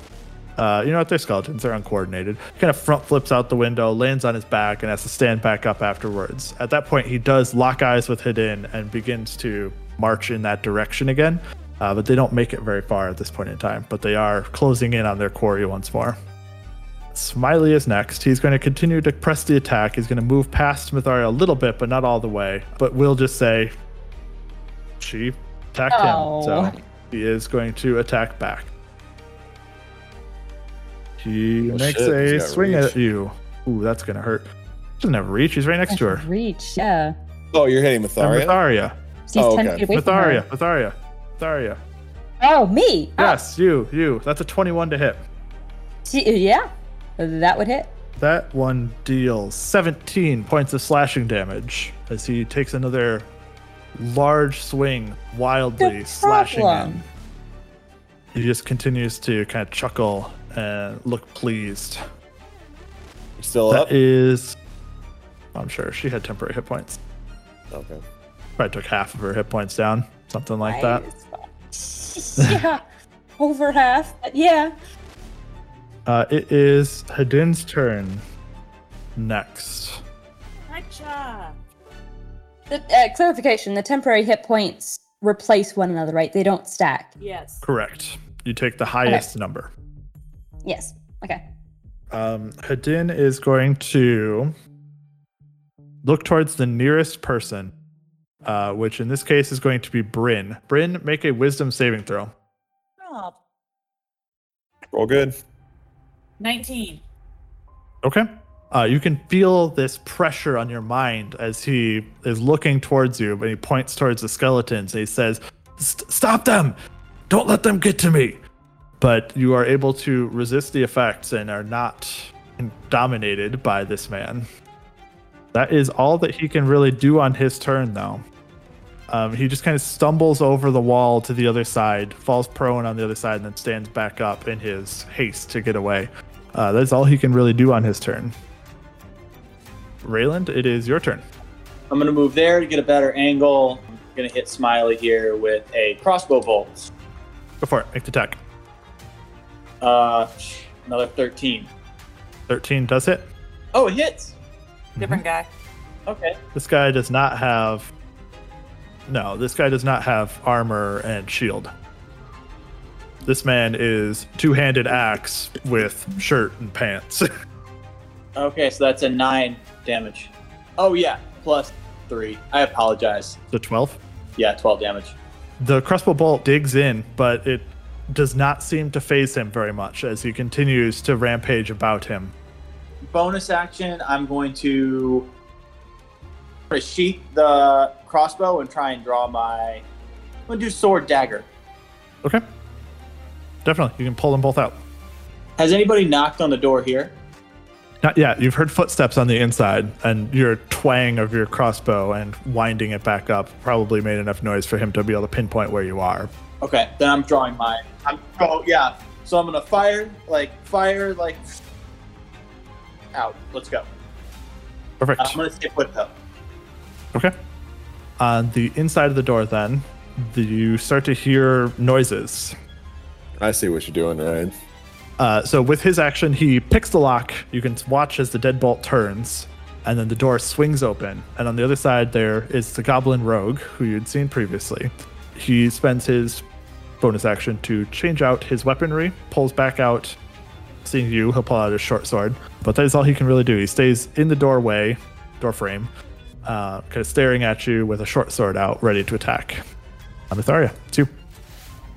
S2: Uh, you know what? They're skeletons. They're uncoordinated. He kind of front flips out the window, lands on his back, and has to stand back up afterwards. At that point, he does lock eyes with Hedin and begins to march in that direction again. Uh, but they don't make it very far at this point in time. But they are closing in on their quarry once more. Smiley is next. He's going to continue to press the attack. He's going to move past Mitharia a little bit, but not all the way. But we'll just say she attacked
S7: Oh.
S2: him. So he is going to attack back. He
S1: Oh,
S2: makes
S1: shit,
S2: a
S1: he's got
S2: swing
S1: reach.
S2: at you. Ooh, that's gonna hurt. Doesn't have reach. He's right next to her.
S8: Reach, yeah.
S1: Oh, you're hitting Matharia?
S2: Matharia.
S8: She's
S1: Oh,
S8: 10
S1: okay.
S8: feet away from
S2: Matharia.
S8: her.
S2: Matharia. Matharia.
S8: Oh, me. Oh,
S2: Yes, you. You. That's a 21 to hit.
S8: she- yeah. That would hit.
S2: That one deals 17 points of slashing damage as he takes another large swing, wildly
S8: No
S2: slashing in.
S8: problem.
S2: He just continues to kind of chuckle and look pleased.
S1: Still up?
S2: That is, I'm sure she had temporary hit points.
S1: okay.
S2: Probably took half of her hit points down, something like that.
S8: yeah. Over half. but Yeah.
S2: Uh, it is Hadin's turn next.
S6: Gotcha.
S8: The, uh, clarification the temporary hit points replace one another, right? They don't stack.
S6: Yes.
S2: Correct. You take the highest number.
S8: Yes. Okay.
S2: Um, Hadin is going to look towards the nearest person, uh, which in this case is going to be Bryn. Bryn, make a wisdom saving throw.
S6: Oh,
S1: Roll good.
S6: 19.
S2: Okay. Uh, you can feel this pressure on your mind as he is looking towards you, but he points towards the skeletons. And he says, "St- Stop them! Don't let them get to me! But you are able to resist the effects and are not dominated by this man. That is all that he can really do on his turn, though. Um, he just kind of stumbles over the wall to the other side, falls prone on the other side, and then stands back up in his haste to get away. Uh, that's all he can really do on his turn. Rayland, it is your turn.
S4: I'm gonna move there to get a better angle. I'm gonna hit Smiley here with a crossbow bolt.
S2: Go for it. Make the attack.
S4: Uh, another 13.
S2: 13 does hit.
S4: Oh, it hits.
S6: Different guy.
S4: Okay.
S2: This guy does not have. No, this guy does not have armor and shield. This man is two handed axe with shirt and pants.
S4: Okay, so that's a nine damage. Oh yeah, plus three. I apologize.
S2: the 12.
S4: Yeah, 12 damage.
S2: The crossbow bolt digs in, but it does not seem to phase him very much as he continues to rampage about him.
S4: Bonus action. I'm going to try to sheath the crossbow and try and draw my. I'm gonna do sword dagger.
S2: Okay. Definitely. You can pull them both out.
S4: Has anybody knocked on the door here?
S2: Not yet. You've heard footsteps on the inside, and your twang of your crossbow and winding it back up probably made enough noise for him to be able to pinpoint where you are.
S4: Okay, then I'm drawing mine. I'm oh yeah. So I'm gonna fire like fire like out. Let's go.
S2: Perfect.
S4: I'm gonna stay put though.
S2: Okay. On the inside of the door, then, the, you start to hear noises.
S1: I see what you're doing, Ryan.
S2: Uh, so, with his action, he picks the lock. You can watch as the deadbolt turns, and then the door swings open. And on the other side, there is the goblin rogue who you'd seen previously. He spends his bonus action to change out his weaponry, pulls back out. Seeing you, he'll pull out his short sword, but that is all he can really do. He stays in the doorway, door frame, uh, kind of staring at you with a short sword out, ready to attack. Amitharia, it's you.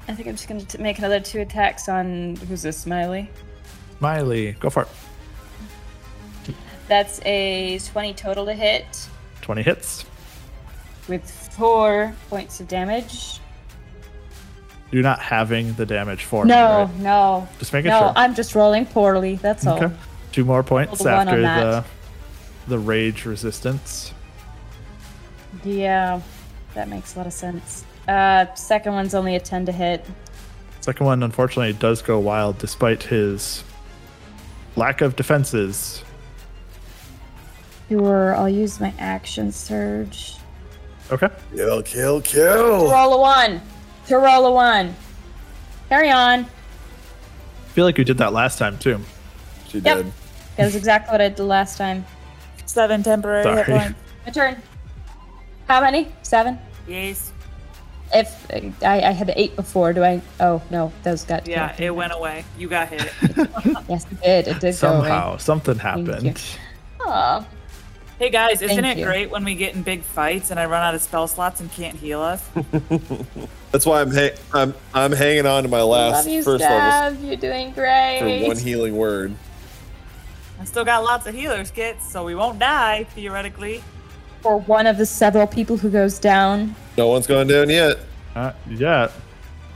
S7: I think I'm just gonna t- make another two attacks on who's this Smiley.
S2: Miley, go for it.
S7: That's a 20 total to hit
S2: 20 hits.
S7: with four points of damage.
S2: You're not having the damage for me,
S8: No,
S2: right?
S8: no.
S2: Just making
S8: No,
S2: sure.
S8: I'm just rolling poorly. That's all.
S2: Okay. Two more points
S8: Rolled a one
S2: after
S8: on that.
S2: the the rage resistance.
S8: Yeah. That makes a lot of sense. Uh, second one's only a 10 to hit.
S2: Second one, unfortunately, does go wild despite his lack of defenses.
S8: Sure, I'll use my action surge.
S2: Okay.
S1: Kill, kill, kill.
S8: Roll a one. To roll a one. Carry on.
S2: I feel like you did that last time too.
S1: She
S8: Yep.
S1: did.
S8: That was exactly what I did last time.
S6: Seven temporary hit
S2: Sorry.
S6: points.
S8: My turn. How many? Seven?
S6: Yes.
S8: If I, I had eight before, do I? Oh no, those got
S6: Yeah,
S8: taken.
S6: it went away. You got hit.
S8: Yes, it did. It did
S2: Somehow
S8: go away.
S2: something
S8: you.
S2: happened.
S8: Oh,
S6: Hey guys, isn't
S8: Thank
S6: it
S8: you.
S6: great when we get in big fights and I run out of spell slots and can't heal us?
S1: That's why I'm ha- I'm I'm hanging on to my last
S8: Love you,
S1: first level
S8: Stab. You're doing
S1: for one
S8: great.
S1: healing word.
S6: I still got lots of healers kits, so we won't die theoretically.
S8: For one of the several people who goes down.
S1: No one's gone down yet.
S2: Uh, yeah.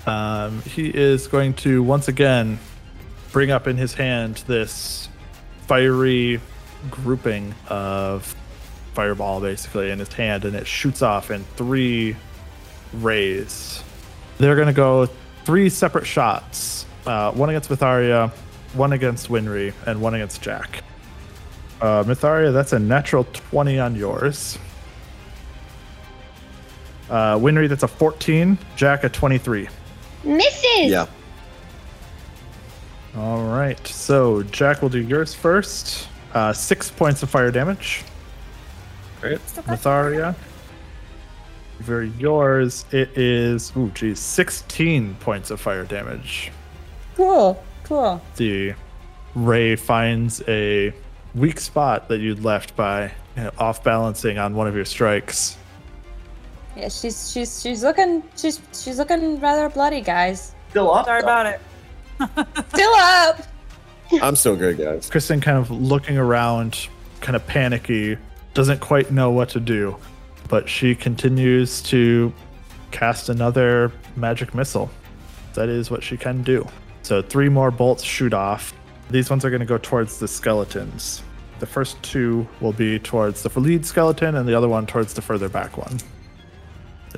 S2: Um, he is going to once again bring up in his hand this fiery grouping of fireball basically in his hand and it shoots off in three rays. They're going to go three separate shots uh, one against Mitharia, one against Winry, and one against Jack. Uh, Mitharia, that's a natural 20 on yours. Uh, Winry, that's a 14. Jack, a 23.
S3: Misses.
S1: Yeah.
S2: All right. So Jack will do yours first. Uh, six points of fire damage.
S1: Great.
S2: Matharia. For yours, it is ooh geez, sixteen points of fire damage.
S8: Cool. Cool.
S2: The ray finds a weak spot that you'd left by you know, off balancing on one of your strikes.
S8: Yeah, she's she's she's looking she's she's looking rather bloody, guys.
S4: Still up.
S6: Sorry
S4: though.
S6: about it.
S8: Still up.
S1: I'm still good, guys.
S2: Kristen kind of looking around, kind of panicky, doesn't quite know what to do, but she continues to cast another magic missile. That is what she can do. So three more bolts shoot off. These ones are going to go towards the skeletons. The first two will be towards the lead skeleton, and the other one towards the further back one.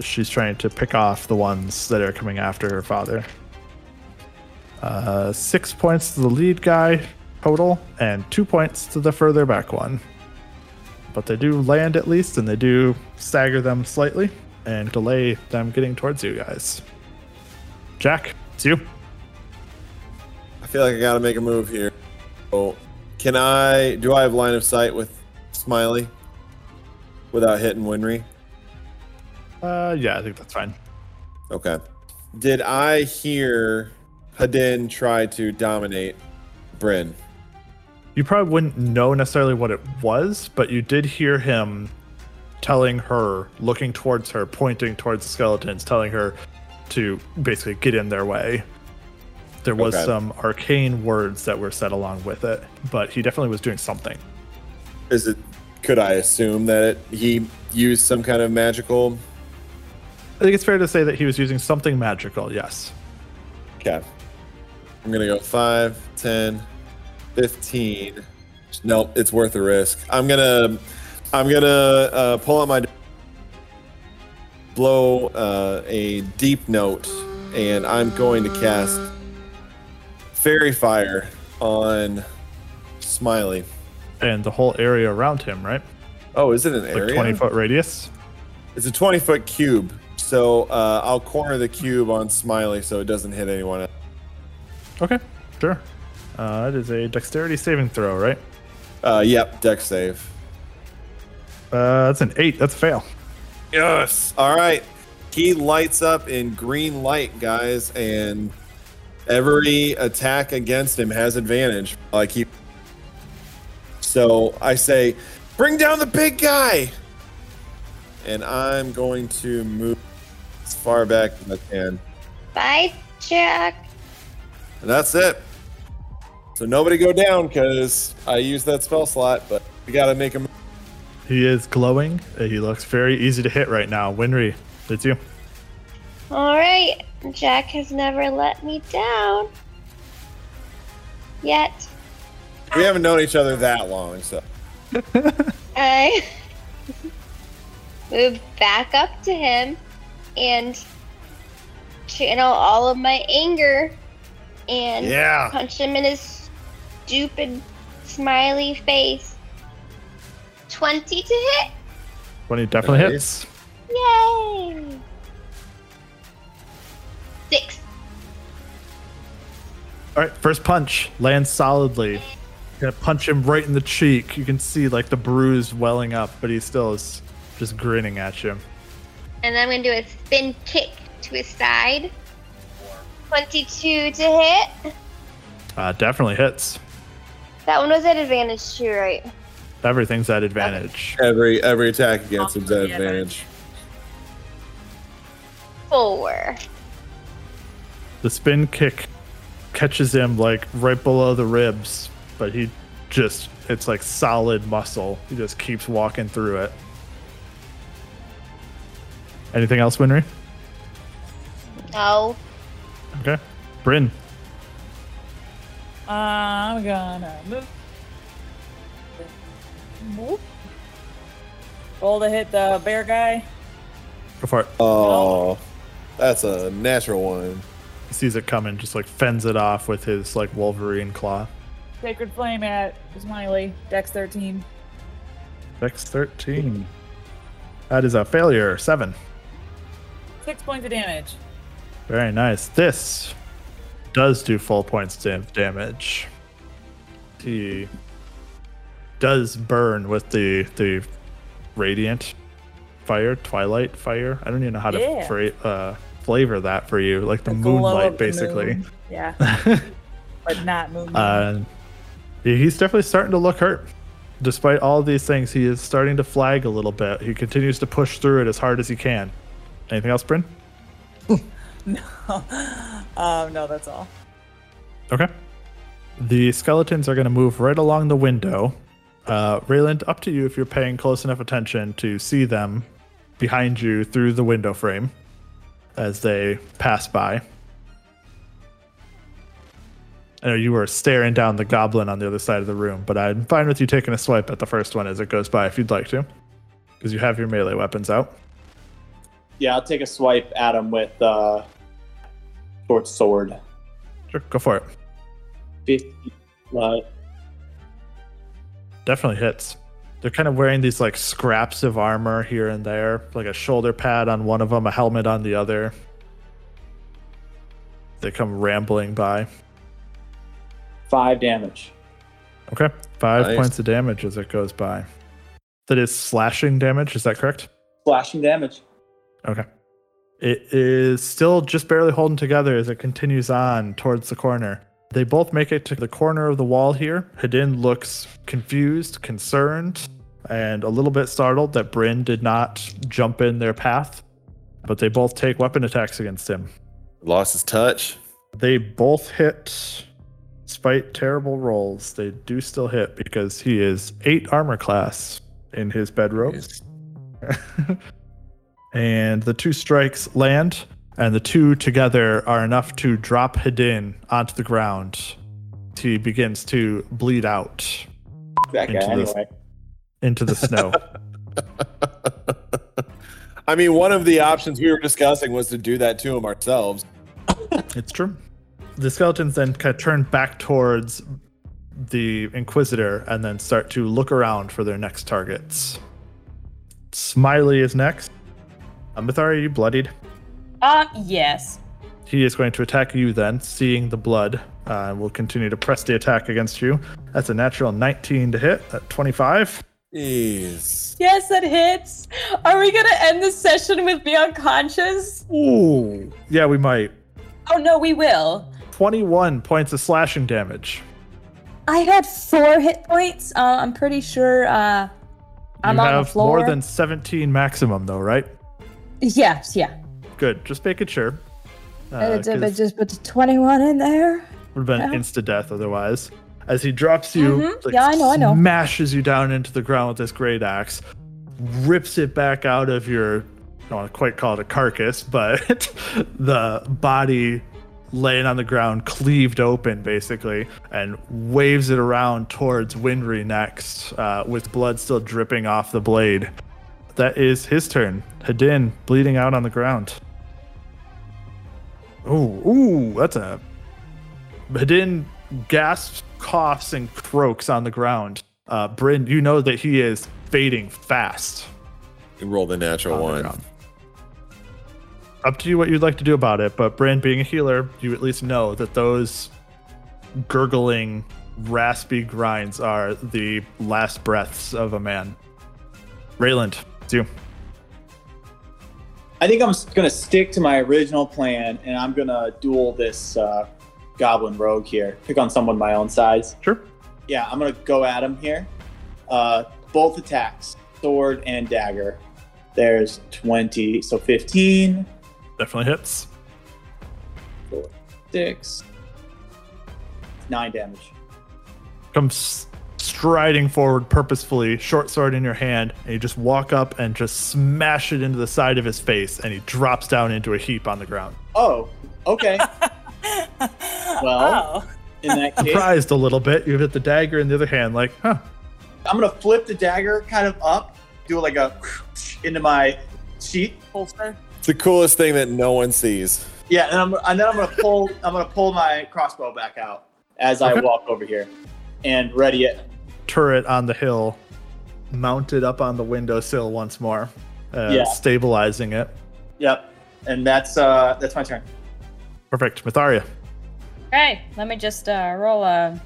S2: She's trying to pick off the ones that are coming after her father. Uh, six points to the lead guy total, and two points to the further back one. But they do land at least, and they do stagger them slightly and delay them getting towards you guys. Jack, it's you.
S1: I feel like I gotta make a move here. Oh, can I? Do I have line of sight with Smiley without hitting Winry?
S2: Uh, yeah, I think that's fine.
S1: Okay. Did I hear Hadin try to dominate Bryn?
S2: You probably wouldn't know necessarily what it was, but you did hear him telling her, looking towards her, pointing towards the skeletons, telling her to basically get in their way. There was
S1: Okay.
S2: some arcane words that were said along with it, but he definitely was doing something.
S1: Is it? Could I assume that it, he used some kind of magical?
S2: I think it's fair to say that he was using something magical, yes.
S1: Okay. I'm gonna go 5, 10, 15. Nope, it's worth the risk. I'm gonna, I'm gonna uh, pull out my, blow uh, a deep note, and I'm going to cast fairy fire on Smiley.
S2: And the whole area around him, right?
S1: Oh, is it an
S2: Like
S1: area?
S2: 20 foot radius.
S1: It's a 20 foot cube. So uh, I'll corner the cube on Smiley so it doesn't hit anyone. else.
S2: Okay, sure. Uh, it is a dexterity saving throw, right?
S1: Uh, yep, deck save.
S2: Uh, that's an eight. That's a fail.
S1: Yes. All right. He lights up in green light, guys, and every attack against him has advantage. Like he. So I say, bring down the big guy. And I'm going to move as far back as I can.
S3: Bye, Jack.
S1: And that's it. So nobody go down because I used that spell slot, but we got to make him.
S2: He is glowing. Uh, He looks very easy to hit right now. Winry, it's you.
S3: All right, Jack has never let me down. Yet.
S1: We haven't known each other that long, so.
S3: I move back up to him and channel all of my anger and
S1: Yeah.
S3: punch him in his stupid smiley face. 20 to hit!
S2: When he definitely
S1: Okay.
S2: hits.
S3: Yay! Six.
S2: All right, first punch lands solidly. Gonna punch him right in the cheek. You can see like the bruise welling up, but he still is just grinning at you.
S3: And I'm gonna do a spin kick to his side. 22 to hit.
S2: Uh, definitely hits.
S3: That one was at advantage too, right?
S2: Everything's at advantage.
S1: Every every attack against him's at
S7: Yeah.
S1: advantage.
S3: Four.
S2: The spin kick catches him like right below the ribs, but he just, it's like solid muscle. He just keeps walking through it. Anything else, Winry?
S3: No.
S2: Okay. Bryn,
S6: I'm gonna move. Move. Roll to hit the bear guy.
S2: go for it. Uh,
S1: Oh, that's a natural one.
S2: He sees it coming, just like fends it off with his like Wolverine claw.
S6: Sacred flame at Smiley. Dex 13.
S2: Dex 13. That is a failure. Seven.
S6: Six points of damage.
S2: Very nice. This does do full points of damage. He does burn with the the radiant fire, twilight fire. I don't even know how to
S6: Yeah.
S2: fra- uh, flavor that for you, like the,
S6: glow
S2: moonlight,
S6: of the
S2: basically.
S6: moon. Yeah. but not moonlight.
S2: Uh, he- he's definitely starting to look hurt. Despite all these things, he is starting to flag a little bit. He continues to push through it as hard as he can. Anything else, Bryn?
S6: um, no, that's all.
S2: Okay. The skeletons are going to move right along the window. Uh, Rayland, up to you if you're paying close enough attention to see them behind you through the window frame as they pass by. I know you were staring down the goblin on the other side of the room, but I'm fine with you taking a swipe at the first one as it goes by if you'd like to, because you have your melee weapons out.
S4: Yeah, I'll take a swipe at him with uh, short sword.
S2: Sure, go for it.
S4: 50, uh,
S2: Definitely hits. They're kind of wearing these like scraps of armor here and there, like a shoulder pad on one of them, a helmet on the other. They come rambling by.
S4: five damage.
S2: Okay, five
S1: Nice.
S2: points of damage as it goes by. That is slashing damage, is that correct?
S4: Slashing damage.
S2: Okay. It is still just barely holding together as it continues on towards the corner. They both make it to the corner of the wall here. Hadin looks confused, concerned, and a little bit startled that Bryn did not jump in their path, but they both take weapon attacks against him.
S1: Lost his touch.
S2: They both hit, despite terrible rolls. They do still hit because he is eight armor class in his bedrobe and the two strikes land, and the two together are enough to drop Hedin onto the ground. He begins to bleed out
S4: That guy,
S2: Into the-
S4: anyway.
S2: into the snow.
S1: I mean, one of the options we were discussing was to do that to him ourselves.
S2: it's true. The skeletons then kind of turn back towards the Inquisitor and then start to look around for their next targets. Smiley is next. Uh, Mithari, are you bloodied?
S7: Um, yes.
S2: He is going to attack you then, seeing the blood. Uh, will continue to press the attack against you. That's a natural 19 to hit at 25.
S1: Jeez.
S7: Yes, that hits. Are we gonna end this session with me unconscious?
S2: Ooh. Yeah, we might.
S7: Oh no, we will.
S2: 21 points of slashing damage.
S8: I had four hit points. Uh, I'm pretty sure uh, I'm
S2: you
S8: on
S2: have
S8: the floor.
S2: more than 17 maximum, though, right?
S8: Yeah, yeah.
S2: Good. Just making sure.
S8: I
S2: Uh,
S8: did, but
S2: 'cause
S8: just put the 21 in there.
S2: would have
S8: Yeah.
S2: been insta death otherwise. As he drops you,
S8: Mhm.
S2: like,
S8: Yeah, I know, I know.
S2: smashes you down into the ground with this great axe, rips it back out of your, I don't want to quite call it a carcass, but the body laying on the ground, cleaved open basically, and waves it around towards Windry next, uh, with blood still dripping off the blade. That is his turn. Hadin bleeding out on the ground. Ooh, ooh, that's a Hadin gasps, coughs, and croaks on the ground. Uh, Bryn, you know that he is fading fast.
S1: He rolled a natural
S2: on the
S1: one.
S2: ground. Up to you what you'd like to do about it, but Bryn, being a healer, you at least know that those gurgling, raspy grinds are the last breaths of a man. Rayland, it's you.
S4: I think I'm s- gonna stick to my original plan, and I'm gonna duel this uh, goblin rogue here. Pick on someone my own size.
S2: Sure.
S4: Yeah, I'm gonna go at him here. uh, both attacks, sword and dagger. There's 20, so 15,
S2: Definitely hits.
S4: 6, 9 damage.
S2: comes striding forward purposefully, short sword in your hand, and you just walk up and just smash it into the side of his face, and he drops down into a heap on the ground.
S4: Oh, okay.
S2: oh.
S6: well,
S4: In that case,
S2: Surprised a little bit, you hit the dagger in the other hand, like, huh,
S4: I'm going to flip the dagger kind of up, do like a into my sheath,
S6: holster.
S1: It's the coolest thing that no one sees.
S4: Yeah, and I'm and then I'm gonna pull I'm gonna pull my crossbow back out as I
S2: Okay.
S4: walk over here and ready it.
S2: turret on the hill, mounted up on the windowsill once more, uh,
S4: Yeah.
S2: stabilizing it.
S4: Yep. And that's uh that's my turn.
S2: Perfect. Mitharia.
S7: Okay, let me just uh, roll a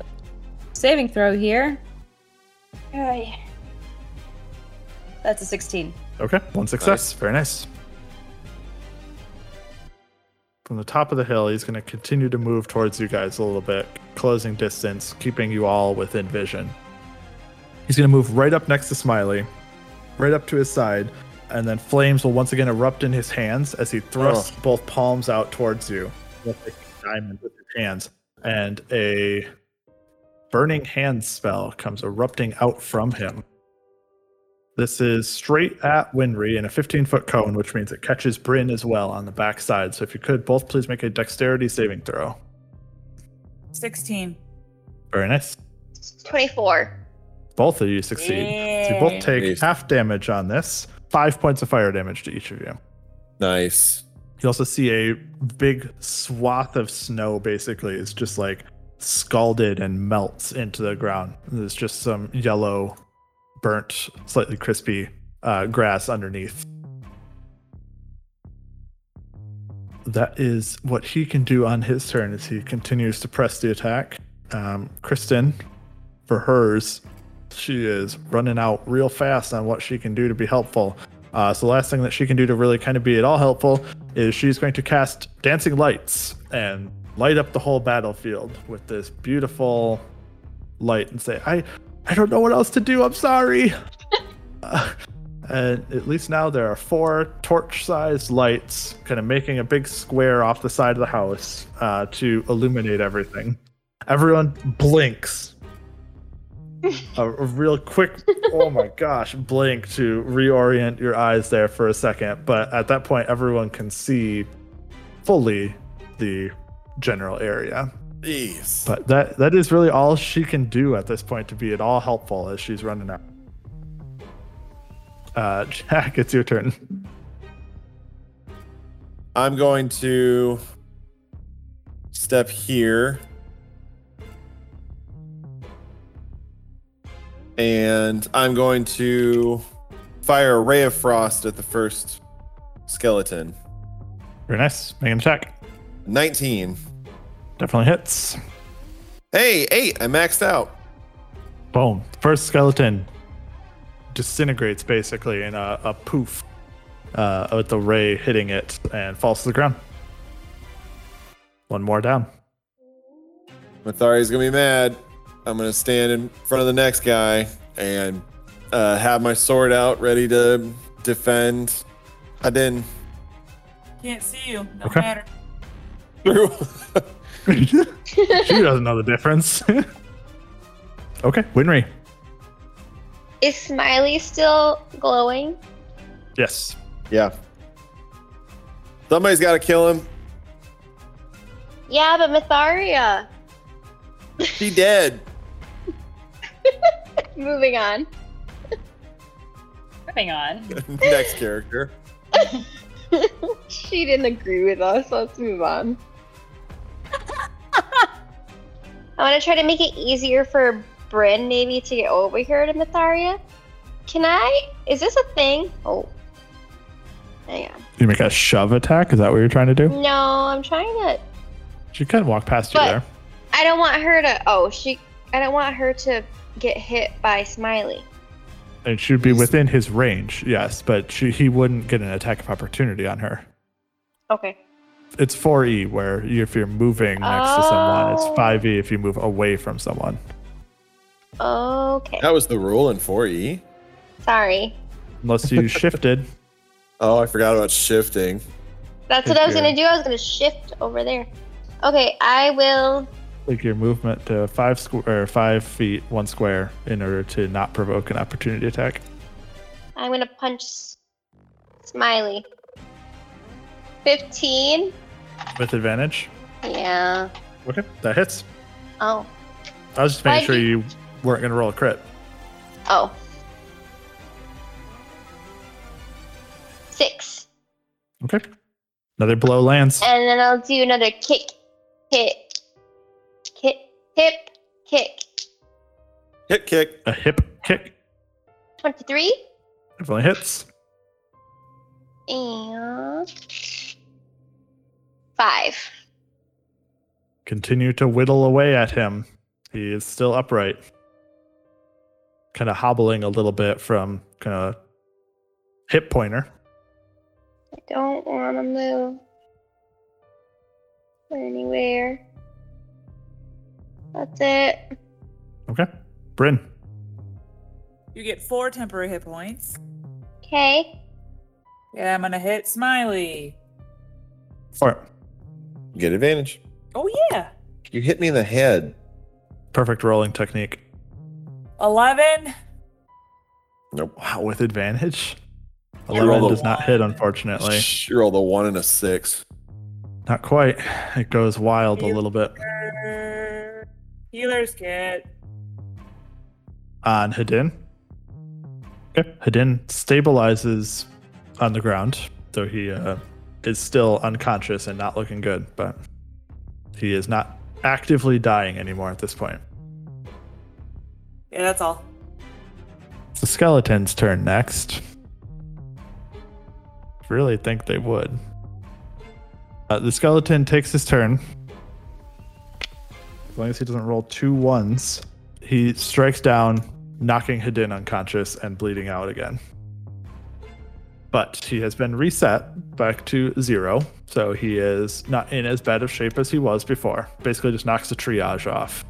S7: saving throw here. Okay. That's a 16.
S2: Okay, one success. Very nice. From the top of the hill, he's going to continue to move towards you guys a little bit, closing distance, keeping you all within vision. He's going to move right up next to Smiley, right up to his side, and then flames will once again erupt in his hands as he thrusts both palms out towards you, like a diamond with his hands, and a burning hand spell comes erupting out from him. This is straight at Winry in a 15 foot cone, which means it catches Bryn as well on the backside. So if you could both please make a dexterity saving throw.
S6: 16.
S2: Very nice.
S3: 24.
S2: Both of you succeed. So you
S6: Yay.
S2: both take
S1: Nice.
S2: half damage on this, five points of fire damage to each of you.
S1: Nice.
S2: You also see a big swath of snow basically is just like scalded and melts into the ground. There's just some yellow, burnt, slightly crispy uh, grass underneath. That is what he can do on his turn as he continues to press the attack. Um, Kristen, for hers, she is running out real fast on what she can do to be helpful. Uh, so the last thing that she can do to really kind of be at all helpful is she's going to cast dancing lights and light up the whole battlefield with this beautiful light and say, "I, I don't know what else to do. I'm sorry." Uh, and at least now there are four torch-sized lights, kind of making a big square off the side of the house uh, to illuminate everything. Everyone blinks a, a real quick oh my gosh blink to reorient your eyes there for a second but at that point everyone can see fully the general area
S1: Jeez.
S2: but that that is really all she can do at this point to be at all helpful as she's running out uh jack it's your turn
S1: I'm going to step here and I'm going to fire a ray of frost at the first skeleton.
S2: very nice make an attack
S1: 19.
S2: definitely hits
S1: Hey, eight. I maxed out.
S2: Boom. First skeleton disintegrates basically in a, a poof uh, with the ray hitting it and falls to the ground. One more down.
S1: Mathari's gonna be mad. I'm gonna stand in front of the next guy and uh, have my sword out, ready to defend. I didn't
S6: Can't see you. No
S2: Okay.
S6: matter.
S1: through.
S2: she doesn't know the difference. okay, Winry.
S3: Is Smiley still glowing?
S2: Yes.
S1: yeah. Somebody's gotta kill him.
S3: Yeah, but Matharia.
S1: He dead.
S3: Moving on.
S7: Moving on.
S1: next character.
S3: she didn't agree with us. Let's move on. I want to try to make it easier for Bryn maybe to get over here to Matharia. Can I? Is this a thing? Oh. Hang on.
S2: You make a shove attack? Is that what you're trying to do?
S3: No, I'm trying to.
S2: She kind of walked past you
S3: But-
S2: there.
S3: I don't want her to. Oh, she. I don't want her to get hit by Smiley.
S2: And she'd be within his range, yes, but she, he wouldn't get an attack of opportunity on her.
S3: Okay.
S2: It's E 4E where you, if you're moving next to someone, it's
S3: Oh.
S2: 5E if you move away from someone.
S3: Okay.
S1: That was the rule in E. 4E.
S3: Sorry.
S2: Unless you shifted.
S1: Oh, I forgot about shifting.
S3: That's
S2: Take
S3: what I was
S2: care.
S3: gonna do. I was gonna shift over there. Okay, I will.
S2: Take your movement to five squ- or five feet, one square, in order to not provoke an opportunity attack.
S3: I'm gonna punch S- Smiley. Fifteen.
S2: With advantage.
S3: Yeah.
S2: Okay. That hits.
S3: Oh.
S2: I was just making
S3: Why'd
S2: sure
S3: you-
S2: you weren't going to roll a crit.
S3: Oh. Six.
S2: Okay. Another blow lands.
S3: And then I'll do another kick, hit, kick, hip, kick.
S1: Hit kick.
S2: A hip kick.
S3: Twenty-three.
S2: Definitely hits.
S3: And five.
S2: Continue to whittle away at him. He is still upright. Kind of hobbling a little bit from kind of hip pointer.
S3: I don't want to move anywhere. That's it.
S2: Okay. Bryn.
S6: You get four temporary hit points.
S3: Okay.
S6: Yeah, I'm gonna hit Smiley.
S2: For it.
S1: Get advantage.
S6: Oh yeah,
S1: You hit me in the head.
S2: Perfect rolling technique.
S6: eleven.
S2: Wow, with advantage?
S1: You rolled
S2: 11
S1: a
S2: does not hit,
S6: one.
S2: unfortunately.
S1: Shh, You rolled a one and a six.
S2: Not quite. It goes wild a little bit
S6: Er, Healer's kit.
S2: on Hadin. Okay. Hadin stabilizes on the ground, though he uh, is still unconscious and not looking good, but he is not actively dying anymore at this point.
S6: Yeah, that's all.
S2: It's the skeleton's turn next. Really think they would. Uh, the skeleton takes his turn. As long as he doesn't roll two ones, he strikes down, knocking Hadin unconscious and bleeding out again. But he has been reset back to zero, so he is not in as bad of shape as he was before. Basically, just knocks the triage off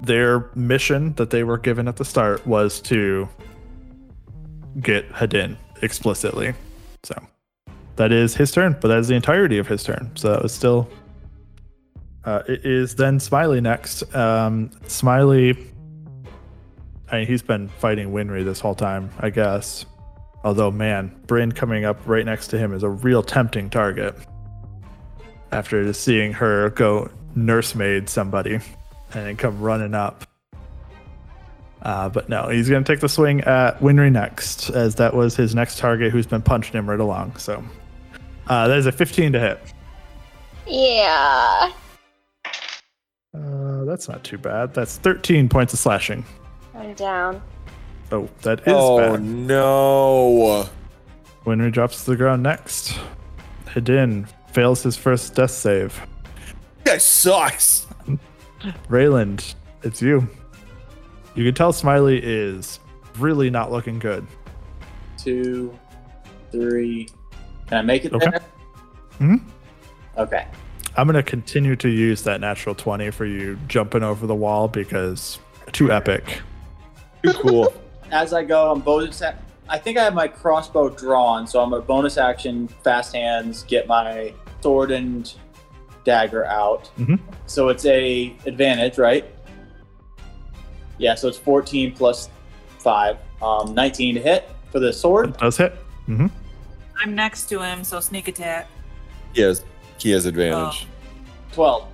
S2: their mission that they were given at the start was to get Hadin explicitly. So that is his turn, but that is the entirety of his turn. So that was still. Uh, it is then Smiley next. Um, Smiley. I mean, he's been fighting Winry this whole time, I guess. Although, man, Bryn coming up right next to him is a real tempting target. After just seeing her go nursemaid somebody and then come running up. Uh, but no, he's going to take the swing at Winry next, as that was his next target who's been punching him right along. So uh, that is a 15 to hit.
S3: Yeah.
S2: Uh, that's not too bad. That's 13 points of slashing.
S3: I'm down.
S2: Oh, that is
S1: oh
S2: bad.
S1: no.
S2: Winry drops to the ground next. Hidin fails his first death save.
S1: That sucks.
S2: Rayland, it's you. You can tell Smiley is really not looking good.
S4: Two, three. Can I make it
S2: Okay.
S4: there?
S2: Mhm.
S4: Okay.
S2: I'm gonna continue to use that natural twenty for you jumping over the wall because too epic.
S1: Too cool.
S4: As I go, I'm bonus. ac- I think I have my crossbow drawn, so I'm a bonus action, fast hands, get my sword and dagger out.
S2: Mhm.
S4: So it's a advantage, right? Yeah. So it's 14 plus five, um, 19 to hit for the sword.
S2: It does hit. hmm
S6: I'm next to him, so sneak attack.
S1: he has he has advantage.
S4: 12.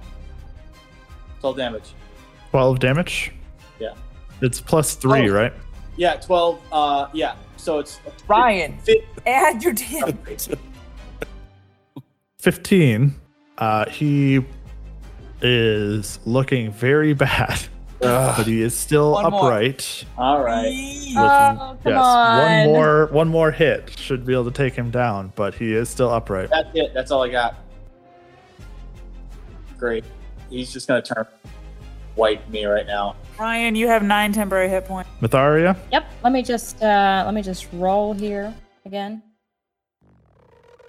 S4: 12 damage.
S2: Twelve damage.
S4: Yeah.
S2: It's plus three,
S4: Oh.
S2: right?
S4: Yeah, 12. Uh, yeah. So it's
S6: Ryan,
S4: Fit-
S6: add your damage.
S2: Fifteen. Uh, he is looking very bad,
S1: Ugh.
S2: but he is still
S6: One more.
S2: upright.
S4: all right.
S7: Oh, come on.
S2: One more. One more hit should be able to take him down, but he is still upright.
S4: That's it. That's all I got. Great. He's just gonna turn white me right now.
S6: Ryan, you have nine temporary hit points.
S2: Matharia.
S7: Yep. Let me just uh, let me just roll here again.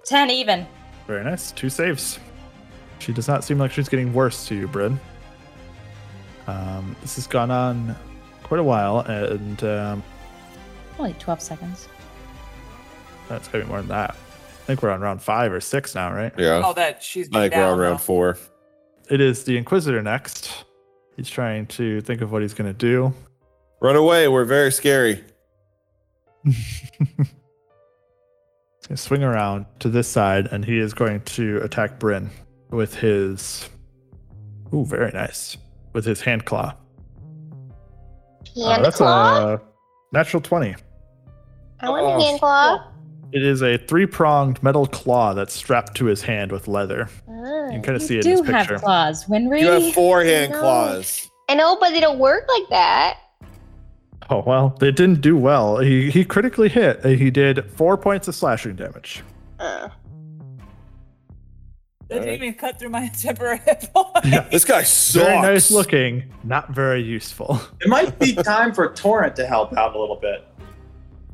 S7: Ten even.
S2: Very nice. Two saves. She does not seem like she's getting worse to you, Bryn. Um, this has gone on quite a while, and um,
S7: Only 12 seconds.
S2: that's gonna be more than that. I think we're on round five or six now, right?
S1: Yeah.
S6: Oh, that she's
S1: I think we're on
S6: down,
S1: round
S6: though.
S1: four.
S2: It is the Inquisitor next. He's trying to think of what he's gonna do.
S1: Run away. We're very scary.
S2: He's gonna swing around to this side, and he is going to attack Bryn with his. Ooh, very nice. With his hand claw. Uh,
S3: Hand
S2: that's
S3: claw?
S2: a natural 20.
S3: I want
S1: Oh.
S3: a hand claw.
S2: It is a three pronged metal claw that's strapped to his hand with leather. You can
S3: Mm.
S2: kind of see
S7: you
S2: it in
S7: do
S2: this
S7: have
S2: picture.
S7: claws, Winry.
S1: You have four hand
S3: No.
S1: claws.
S3: I know, but they don't work like that.
S2: Oh, well, they didn't do well. He, he critically hit. Uh, He did four points of slashing damage.
S3: Uh,
S6: That
S1: Alright.
S6: didn't even cut through my temporary point.
S1: This guy sucks.
S2: Very nice looking, not very useful.
S4: It might be time for Torrent to help out a little bit.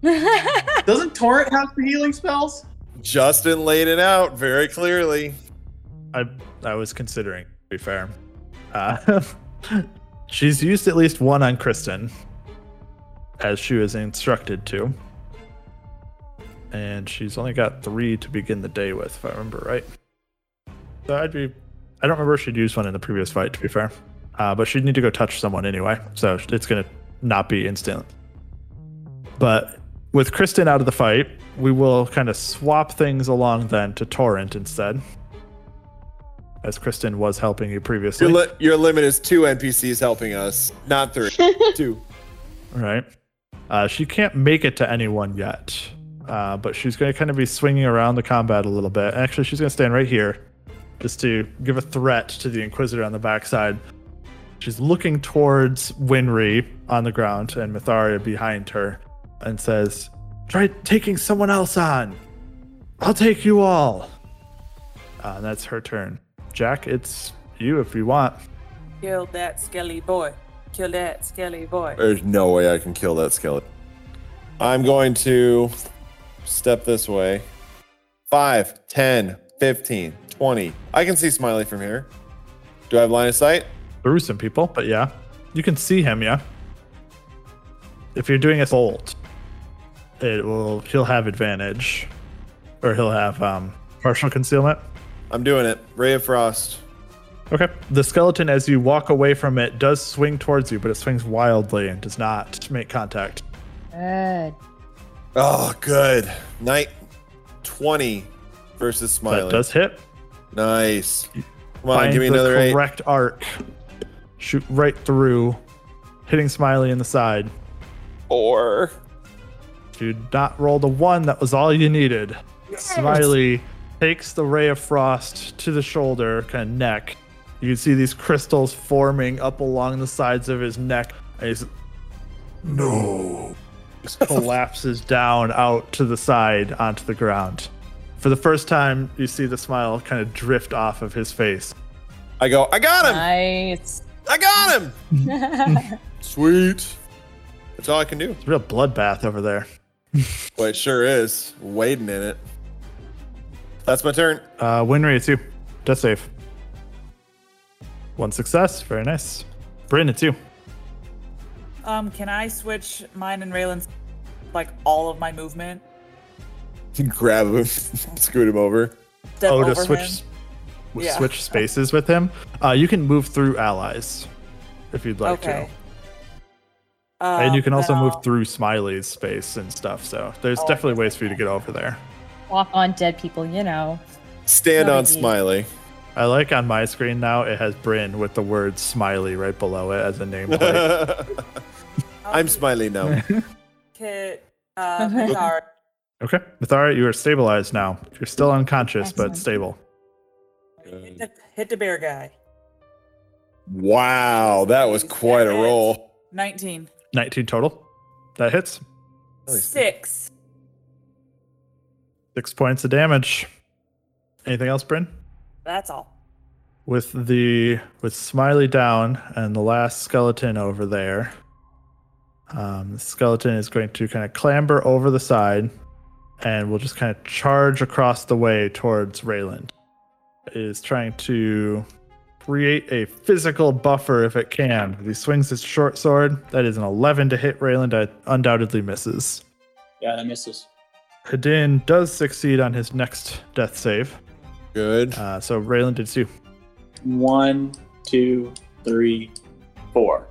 S4: Doesn't Torrent have the healing spells?
S1: Justin laid it out very clearly.
S2: I I was considering, to be fair. Uh, she's used at least one on Kristen, as she was instructed to. And she's only got three to begin the day with, if I remember right. So I'd be. I don't remember if she'd used one in the previous fight, to be fair. Uh, but she'd need to go touch someone anyway, so it's going to not be instant. But with Kristen out of the fight, we will kind of swap things along then to Torrent instead. As Kristen was helping you previously.
S1: Your, li- your limit is two NPCs helping us, not three. two.
S2: Right. Uh, she can't make it to anyone yet, uh, but she's going to kind of be swinging around the combat a little bit. Actually, she's going to stand right here just to give a threat to the Inquisitor on the backside. She's looking towards Winry on the ground and Mitharia behind her and says, Try taking someone else on. I'll take you all. Uh, and that's her turn. Jack, it's you if you want.
S6: Kill that skelly boy. Kill that skelly boy.
S1: There's no way I can kill that skeleton. I'm going to step this way. 5, 10, 15, 20. I can see Smiley from here. Do I have line of sight?
S2: through some people, but yeah, you can see him. Yeah, if you're doing a bolt, it will. He'll have advantage, or he'll have um, partial concealment.
S1: I'm doing it. Ray of Frost.
S2: Okay. The skeleton, as you walk away from it, does swing towards you, but it swings wildly and does not make contact.
S7: Good.
S1: Oh, good. Knight 20 versus
S2: That
S1: Smiley.
S2: does hit.
S1: nice. Come on,
S2: Find
S1: give me
S2: the
S1: another 8.
S2: correct arc. Shoot right through, hitting Smiley in the side.
S1: Or
S2: Do not roll the one. That was all you needed. Smiley takes the ray of frost to the shoulder, kind of neck. You can see these crystals forming up along the sides of his neck. And he
S9: No.
S2: just collapses down out to the side onto the ground. For the first time, you see the smile kind of drift off of his face.
S1: I go, I got him.
S7: Nice.
S1: I got him. Sweet. That's all I can do.
S2: It's a real bloodbath over there.
S1: Well, it sure is. Wading in it. That's my turn.
S2: Uh, Winry, it's you. Death save. One success. Very nice. Bryn, it's you.
S6: Um, can I switch mine and Raylan's like all of my movement?
S1: Grab him, scoot him over.
S6: Step
S2: oh, to
S6: over
S2: switch
S6: him?
S2: s-
S6: Yeah.
S2: switch spaces with him. Uh, you can move through allies if you'd like
S6: okay.
S2: to,
S6: Um,
S2: and you can
S6: then
S2: also move
S6: I'll-
S2: through Smiley's space and stuff. So there's
S6: Oh,
S2: definitely ways for you to get over there.
S7: Walk on dead people, you know.
S1: Stand
S7: No
S1: on
S7: biggie.
S1: Smiley.
S2: I like on my screen now it has Bryn with the word Smiley right below it as a nameplate.
S1: I'm
S6: I'll do
S1: Smiley now.
S6: Kit, uh, Mizar,
S2: okay, Mithara, you are stabilized now. You're still unconscious
S7: Excellent.
S2: but stable.
S6: hit, the, hit the bear guy.
S1: Wow, that was quite a roll.
S6: 19.
S2: 19 total. That hits
S1: Holy
S6: Six.
S2: six points of damage. Anything else, Bryn?
S6: That's all.
S2: with the with Smiley down and the last skeleton over there. Um, the skeleton is going to kind of clamber over the side, and will just kind of charge across the way towards Rayland. It is trying to create a physical buffer if it can. He swings his short sword. That is an 11 to hit Rayland. That undoubtedly misses.
S4: Yeah, that misses.
S2: Hadin does succeed on his next death save.
S1: Good.
S2: Uh, so Rayland did too.
S4: One, two, three, four.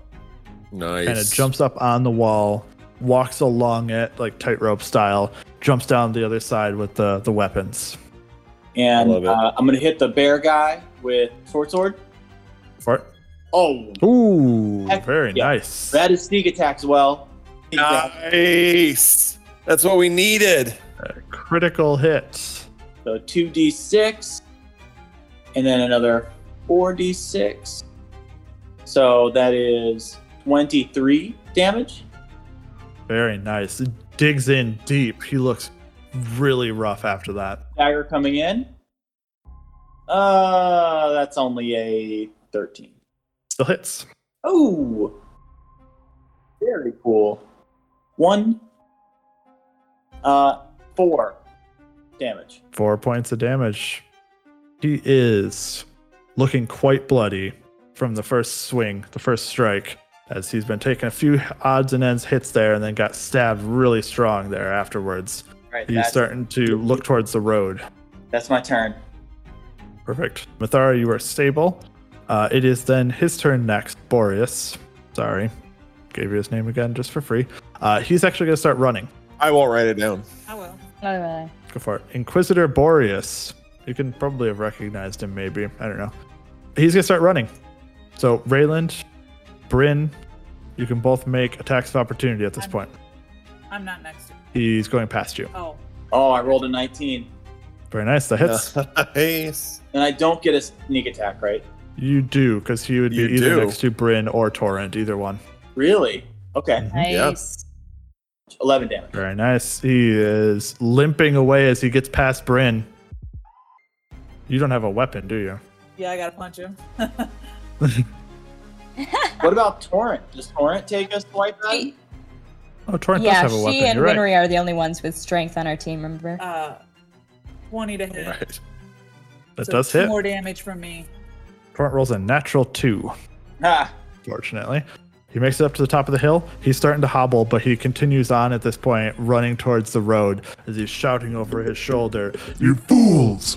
S1: Nice.
S2: And it jumps up on the wall, walks along it like tightrope style, jumps down the other side with the, the weapons.
S4: And
S1: Love it.
S4: uh, I'm gonna hit the bear guy with short sword.
S2: Fart.
S4: Oh,
S2: Ooh,
S4: Heck
S2: very
S4: yeah.
S2: nice.
S4: that is sneak attack as well. Sneak attack.
S1: Nice. That's what we needed.
S2: A critical hit.
S4: So two d six, and then another four d six. So that is twenty three damage.
S2: Very nice. It digs in deep. He looks really rough after that.
S4: Dagger coming in. Uh, that's only a thirteen.
S2: Still hits.
S4: Oh, very cool. One, uh, four damage.
S2: Four points of damage. He is looking quite bloody from the first swing, the first strike, as he's been taking a few odds and ends hits there and then got stabbed really strong there afterwards.
S4: Right,
S2: He's
S4: that's,
S2: starting to look towards the road.
S4: that's my turn.
S2: Perfect. Mathara, you are stable. Uh, it is then his turn next. Boreas. Sorry. Gave you his name again just for free. Uh, he's actually going to start running.
S1: I won't write it down.
S6: I will.
S7: Not really.
S2: Go for it. Inquisitor Boreas. You can probably have recognized him, maybe. I don't know. He's going to start running. So, Rayland, Bryn, you can both make attacks of opportunity at this point.
S6: I'm not next. to
S2: He's going past you.
S6: Oh,
S4: Oh, I rolled a nineteen,
S2: Very nice. That hits.
S1: Nice.
S4: and I don't get a sneak attack, right?
S2: You do, because he would be
S1: You
S2: either
S1: do.
S2: next to Bryn or Torrent, either one.
S4: Really? Okay,
S1: Yeah.
S7: Nice.
S4: eleven damage.
S2: Very nice. He is limping away as he gets past Bryn. You don't have a weapon, do you?
S6: yeah, I gotta punch him.
S4: What about torrent? Does torrent take us to white Mountain?
S2: Oh, Torrent
S8: yeah,
S2: does have a
S8: she
S2: weapon.
S8: and
S2: You're right.
S8: Winry are the only ones with strength on our team, remember?
S6: Uh, 20 to hit.
S1: Right.
S2: That
S6: So
S2: does
S6: two
S2: hit.
S6: More damage from me.
S2: Torrent rolls a natural two,
S4: Ha!
S2: fortunately. He makes it up to the top of the hill. He's starting to hobble, but he continues on at this point, running towards the road as he's shouting over his shoulder.
S9: You fools!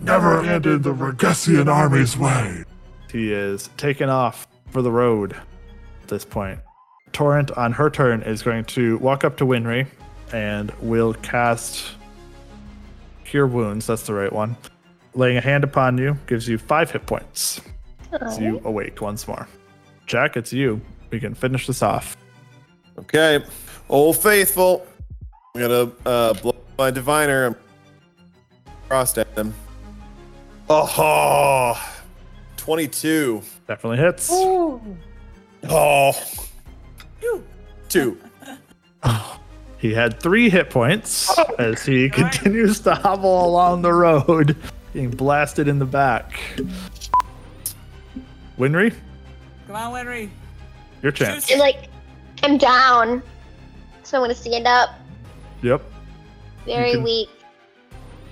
S9: Never ended the Regessian army's way!
S2: He is taken off for the road at this point. Torrent, on her turn, is going to walk up to Winry and will cast Cure Wounds. That's the right one. Laying a hand upon you gives you five hit points. So you awake once more. Jack, it's you. We can finish this off.
S1: Okay. Old Faithful. I'm going to uh, blow my diviner. I'm crossed at them. Oh, 22.
S2: Definitely hits.
S7: Ooh.
S1: Oh. Two.
S2: He had three hit points as he continues to hobble along the road, being blasted in the back. Winry,
S6: Come on, Winry.
S2: your chance.
S3: And like, I'm down, so I'm gonna stand up.
S2: Yep.
S3: Very
S2: can-
S3: weak.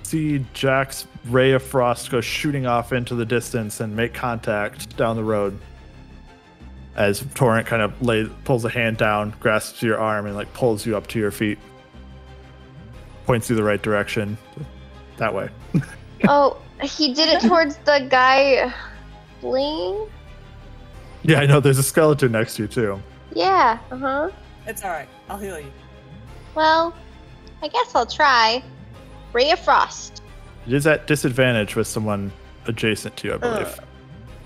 S2: see Jack's ray of frost go shooting off into the distance and make contact down the road. As Torrent kind of lay, pulls a hand down, grasps your arm, and like pulls you up to your feet, points you the right direction, that way.
S3: Oh, he did it towards the guy fleeing.
S2: Yeah, I know. There's a skeleton next to you too.
S3: Yeah. Uh huh.
S6: It's alright. I'll heal you.
S3: Well, I guess I'll try. Ray of Frost.
S2: It is at disadvantage with someone adjacent
S3: Uh.
S2: to you, I believe,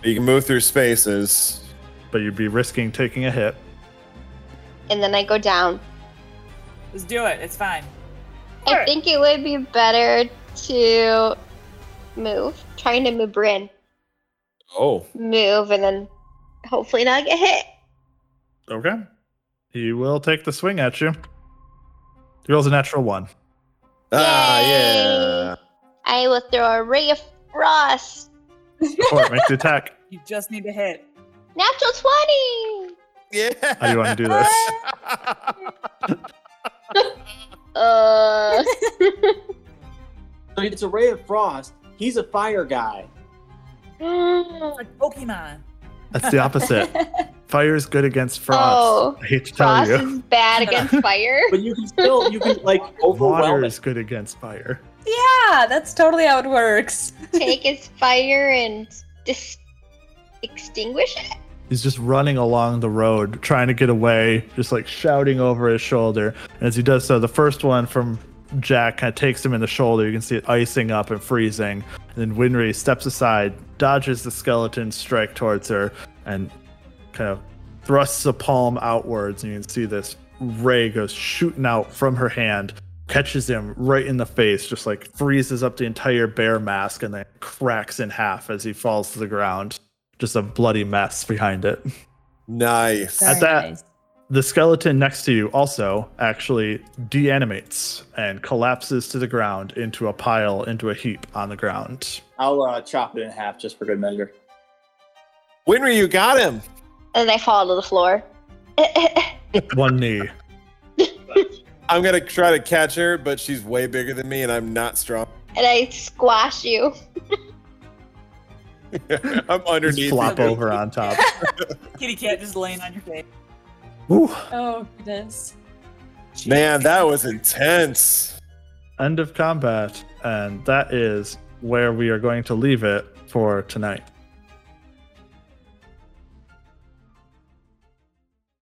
S1: You can move through spaces.
S2: but you'd be risking taking a hit.
S3: And then I go down.
S6: Just do it. It's fine.
S3: I think it would be better to move. Trying to move Bryn.
S1: Oh.
S3: Move and then hopefully not get hit.
S2: Okay. He will take the swing at you. He rolls a natural one.
S1: Ah,
S3: Yay.
S1: yeah.
S3: I will throw a ray of frost.
S2: Torrent makes the attack.
S6: You just need to hit.
S3: Natural 20!
S1: Yeah.
S2: How do you wanna do this?
S3: Uh,
S4: So it's a ray of frost. He's a fire guy.
S3: oh,
S6: Like Pokemon.
S2: That's the opposite. Fire is good against frost.
S3: Oh,
S2: I hate to tell
S3: Frost
S2: you.
S3: is bad against fire.
S4: But you can still you can like overwhelm
S2: Water
S4: it.
S2: is good against fire.
S7: Ah,
S8: Yeah, that's totally how it works.
S3: Take his fire and dis- extinguish it.
S2: He's just running along the road, trying to get away, just like shouting over his shoulder. And as he does so, the first one from Jack kind of takes him in the shoulder. You can see it icing up and freezing. And then Winry steps aside, dodges the skeleton strike towards her, and kind of thrusts the palm outwards. And you can see this ray goes shooting out from her hand, catches him right in the face, just like freezes up the entire bear mask, and then cracks in half as he falls to the ground just a bloody mess behind it.
S1: Nice.
S2: At that, the skeleton next to you also actually deanimates and collapses to the ground into a pile, into a heap on the ground.
S4: I'll uh, chop it in half just for good measure.
S1: Winry, you got him.
S3: And I fall to the floor.
S2: One knee.
S1: I'm gonna try to catch her, but she's way bigger than me, and I'm not strong.
S3: and I squash you.
S1: I'm underneath.
S2: Just flop
S1: you.
S2: over on top.
S6: Kitty cat just laying on your face.
S2: Whew.
S7: Oh goodness.
S1: Man, that was intense.
S2: End of combat. And that is where we are going to leave it for tonight.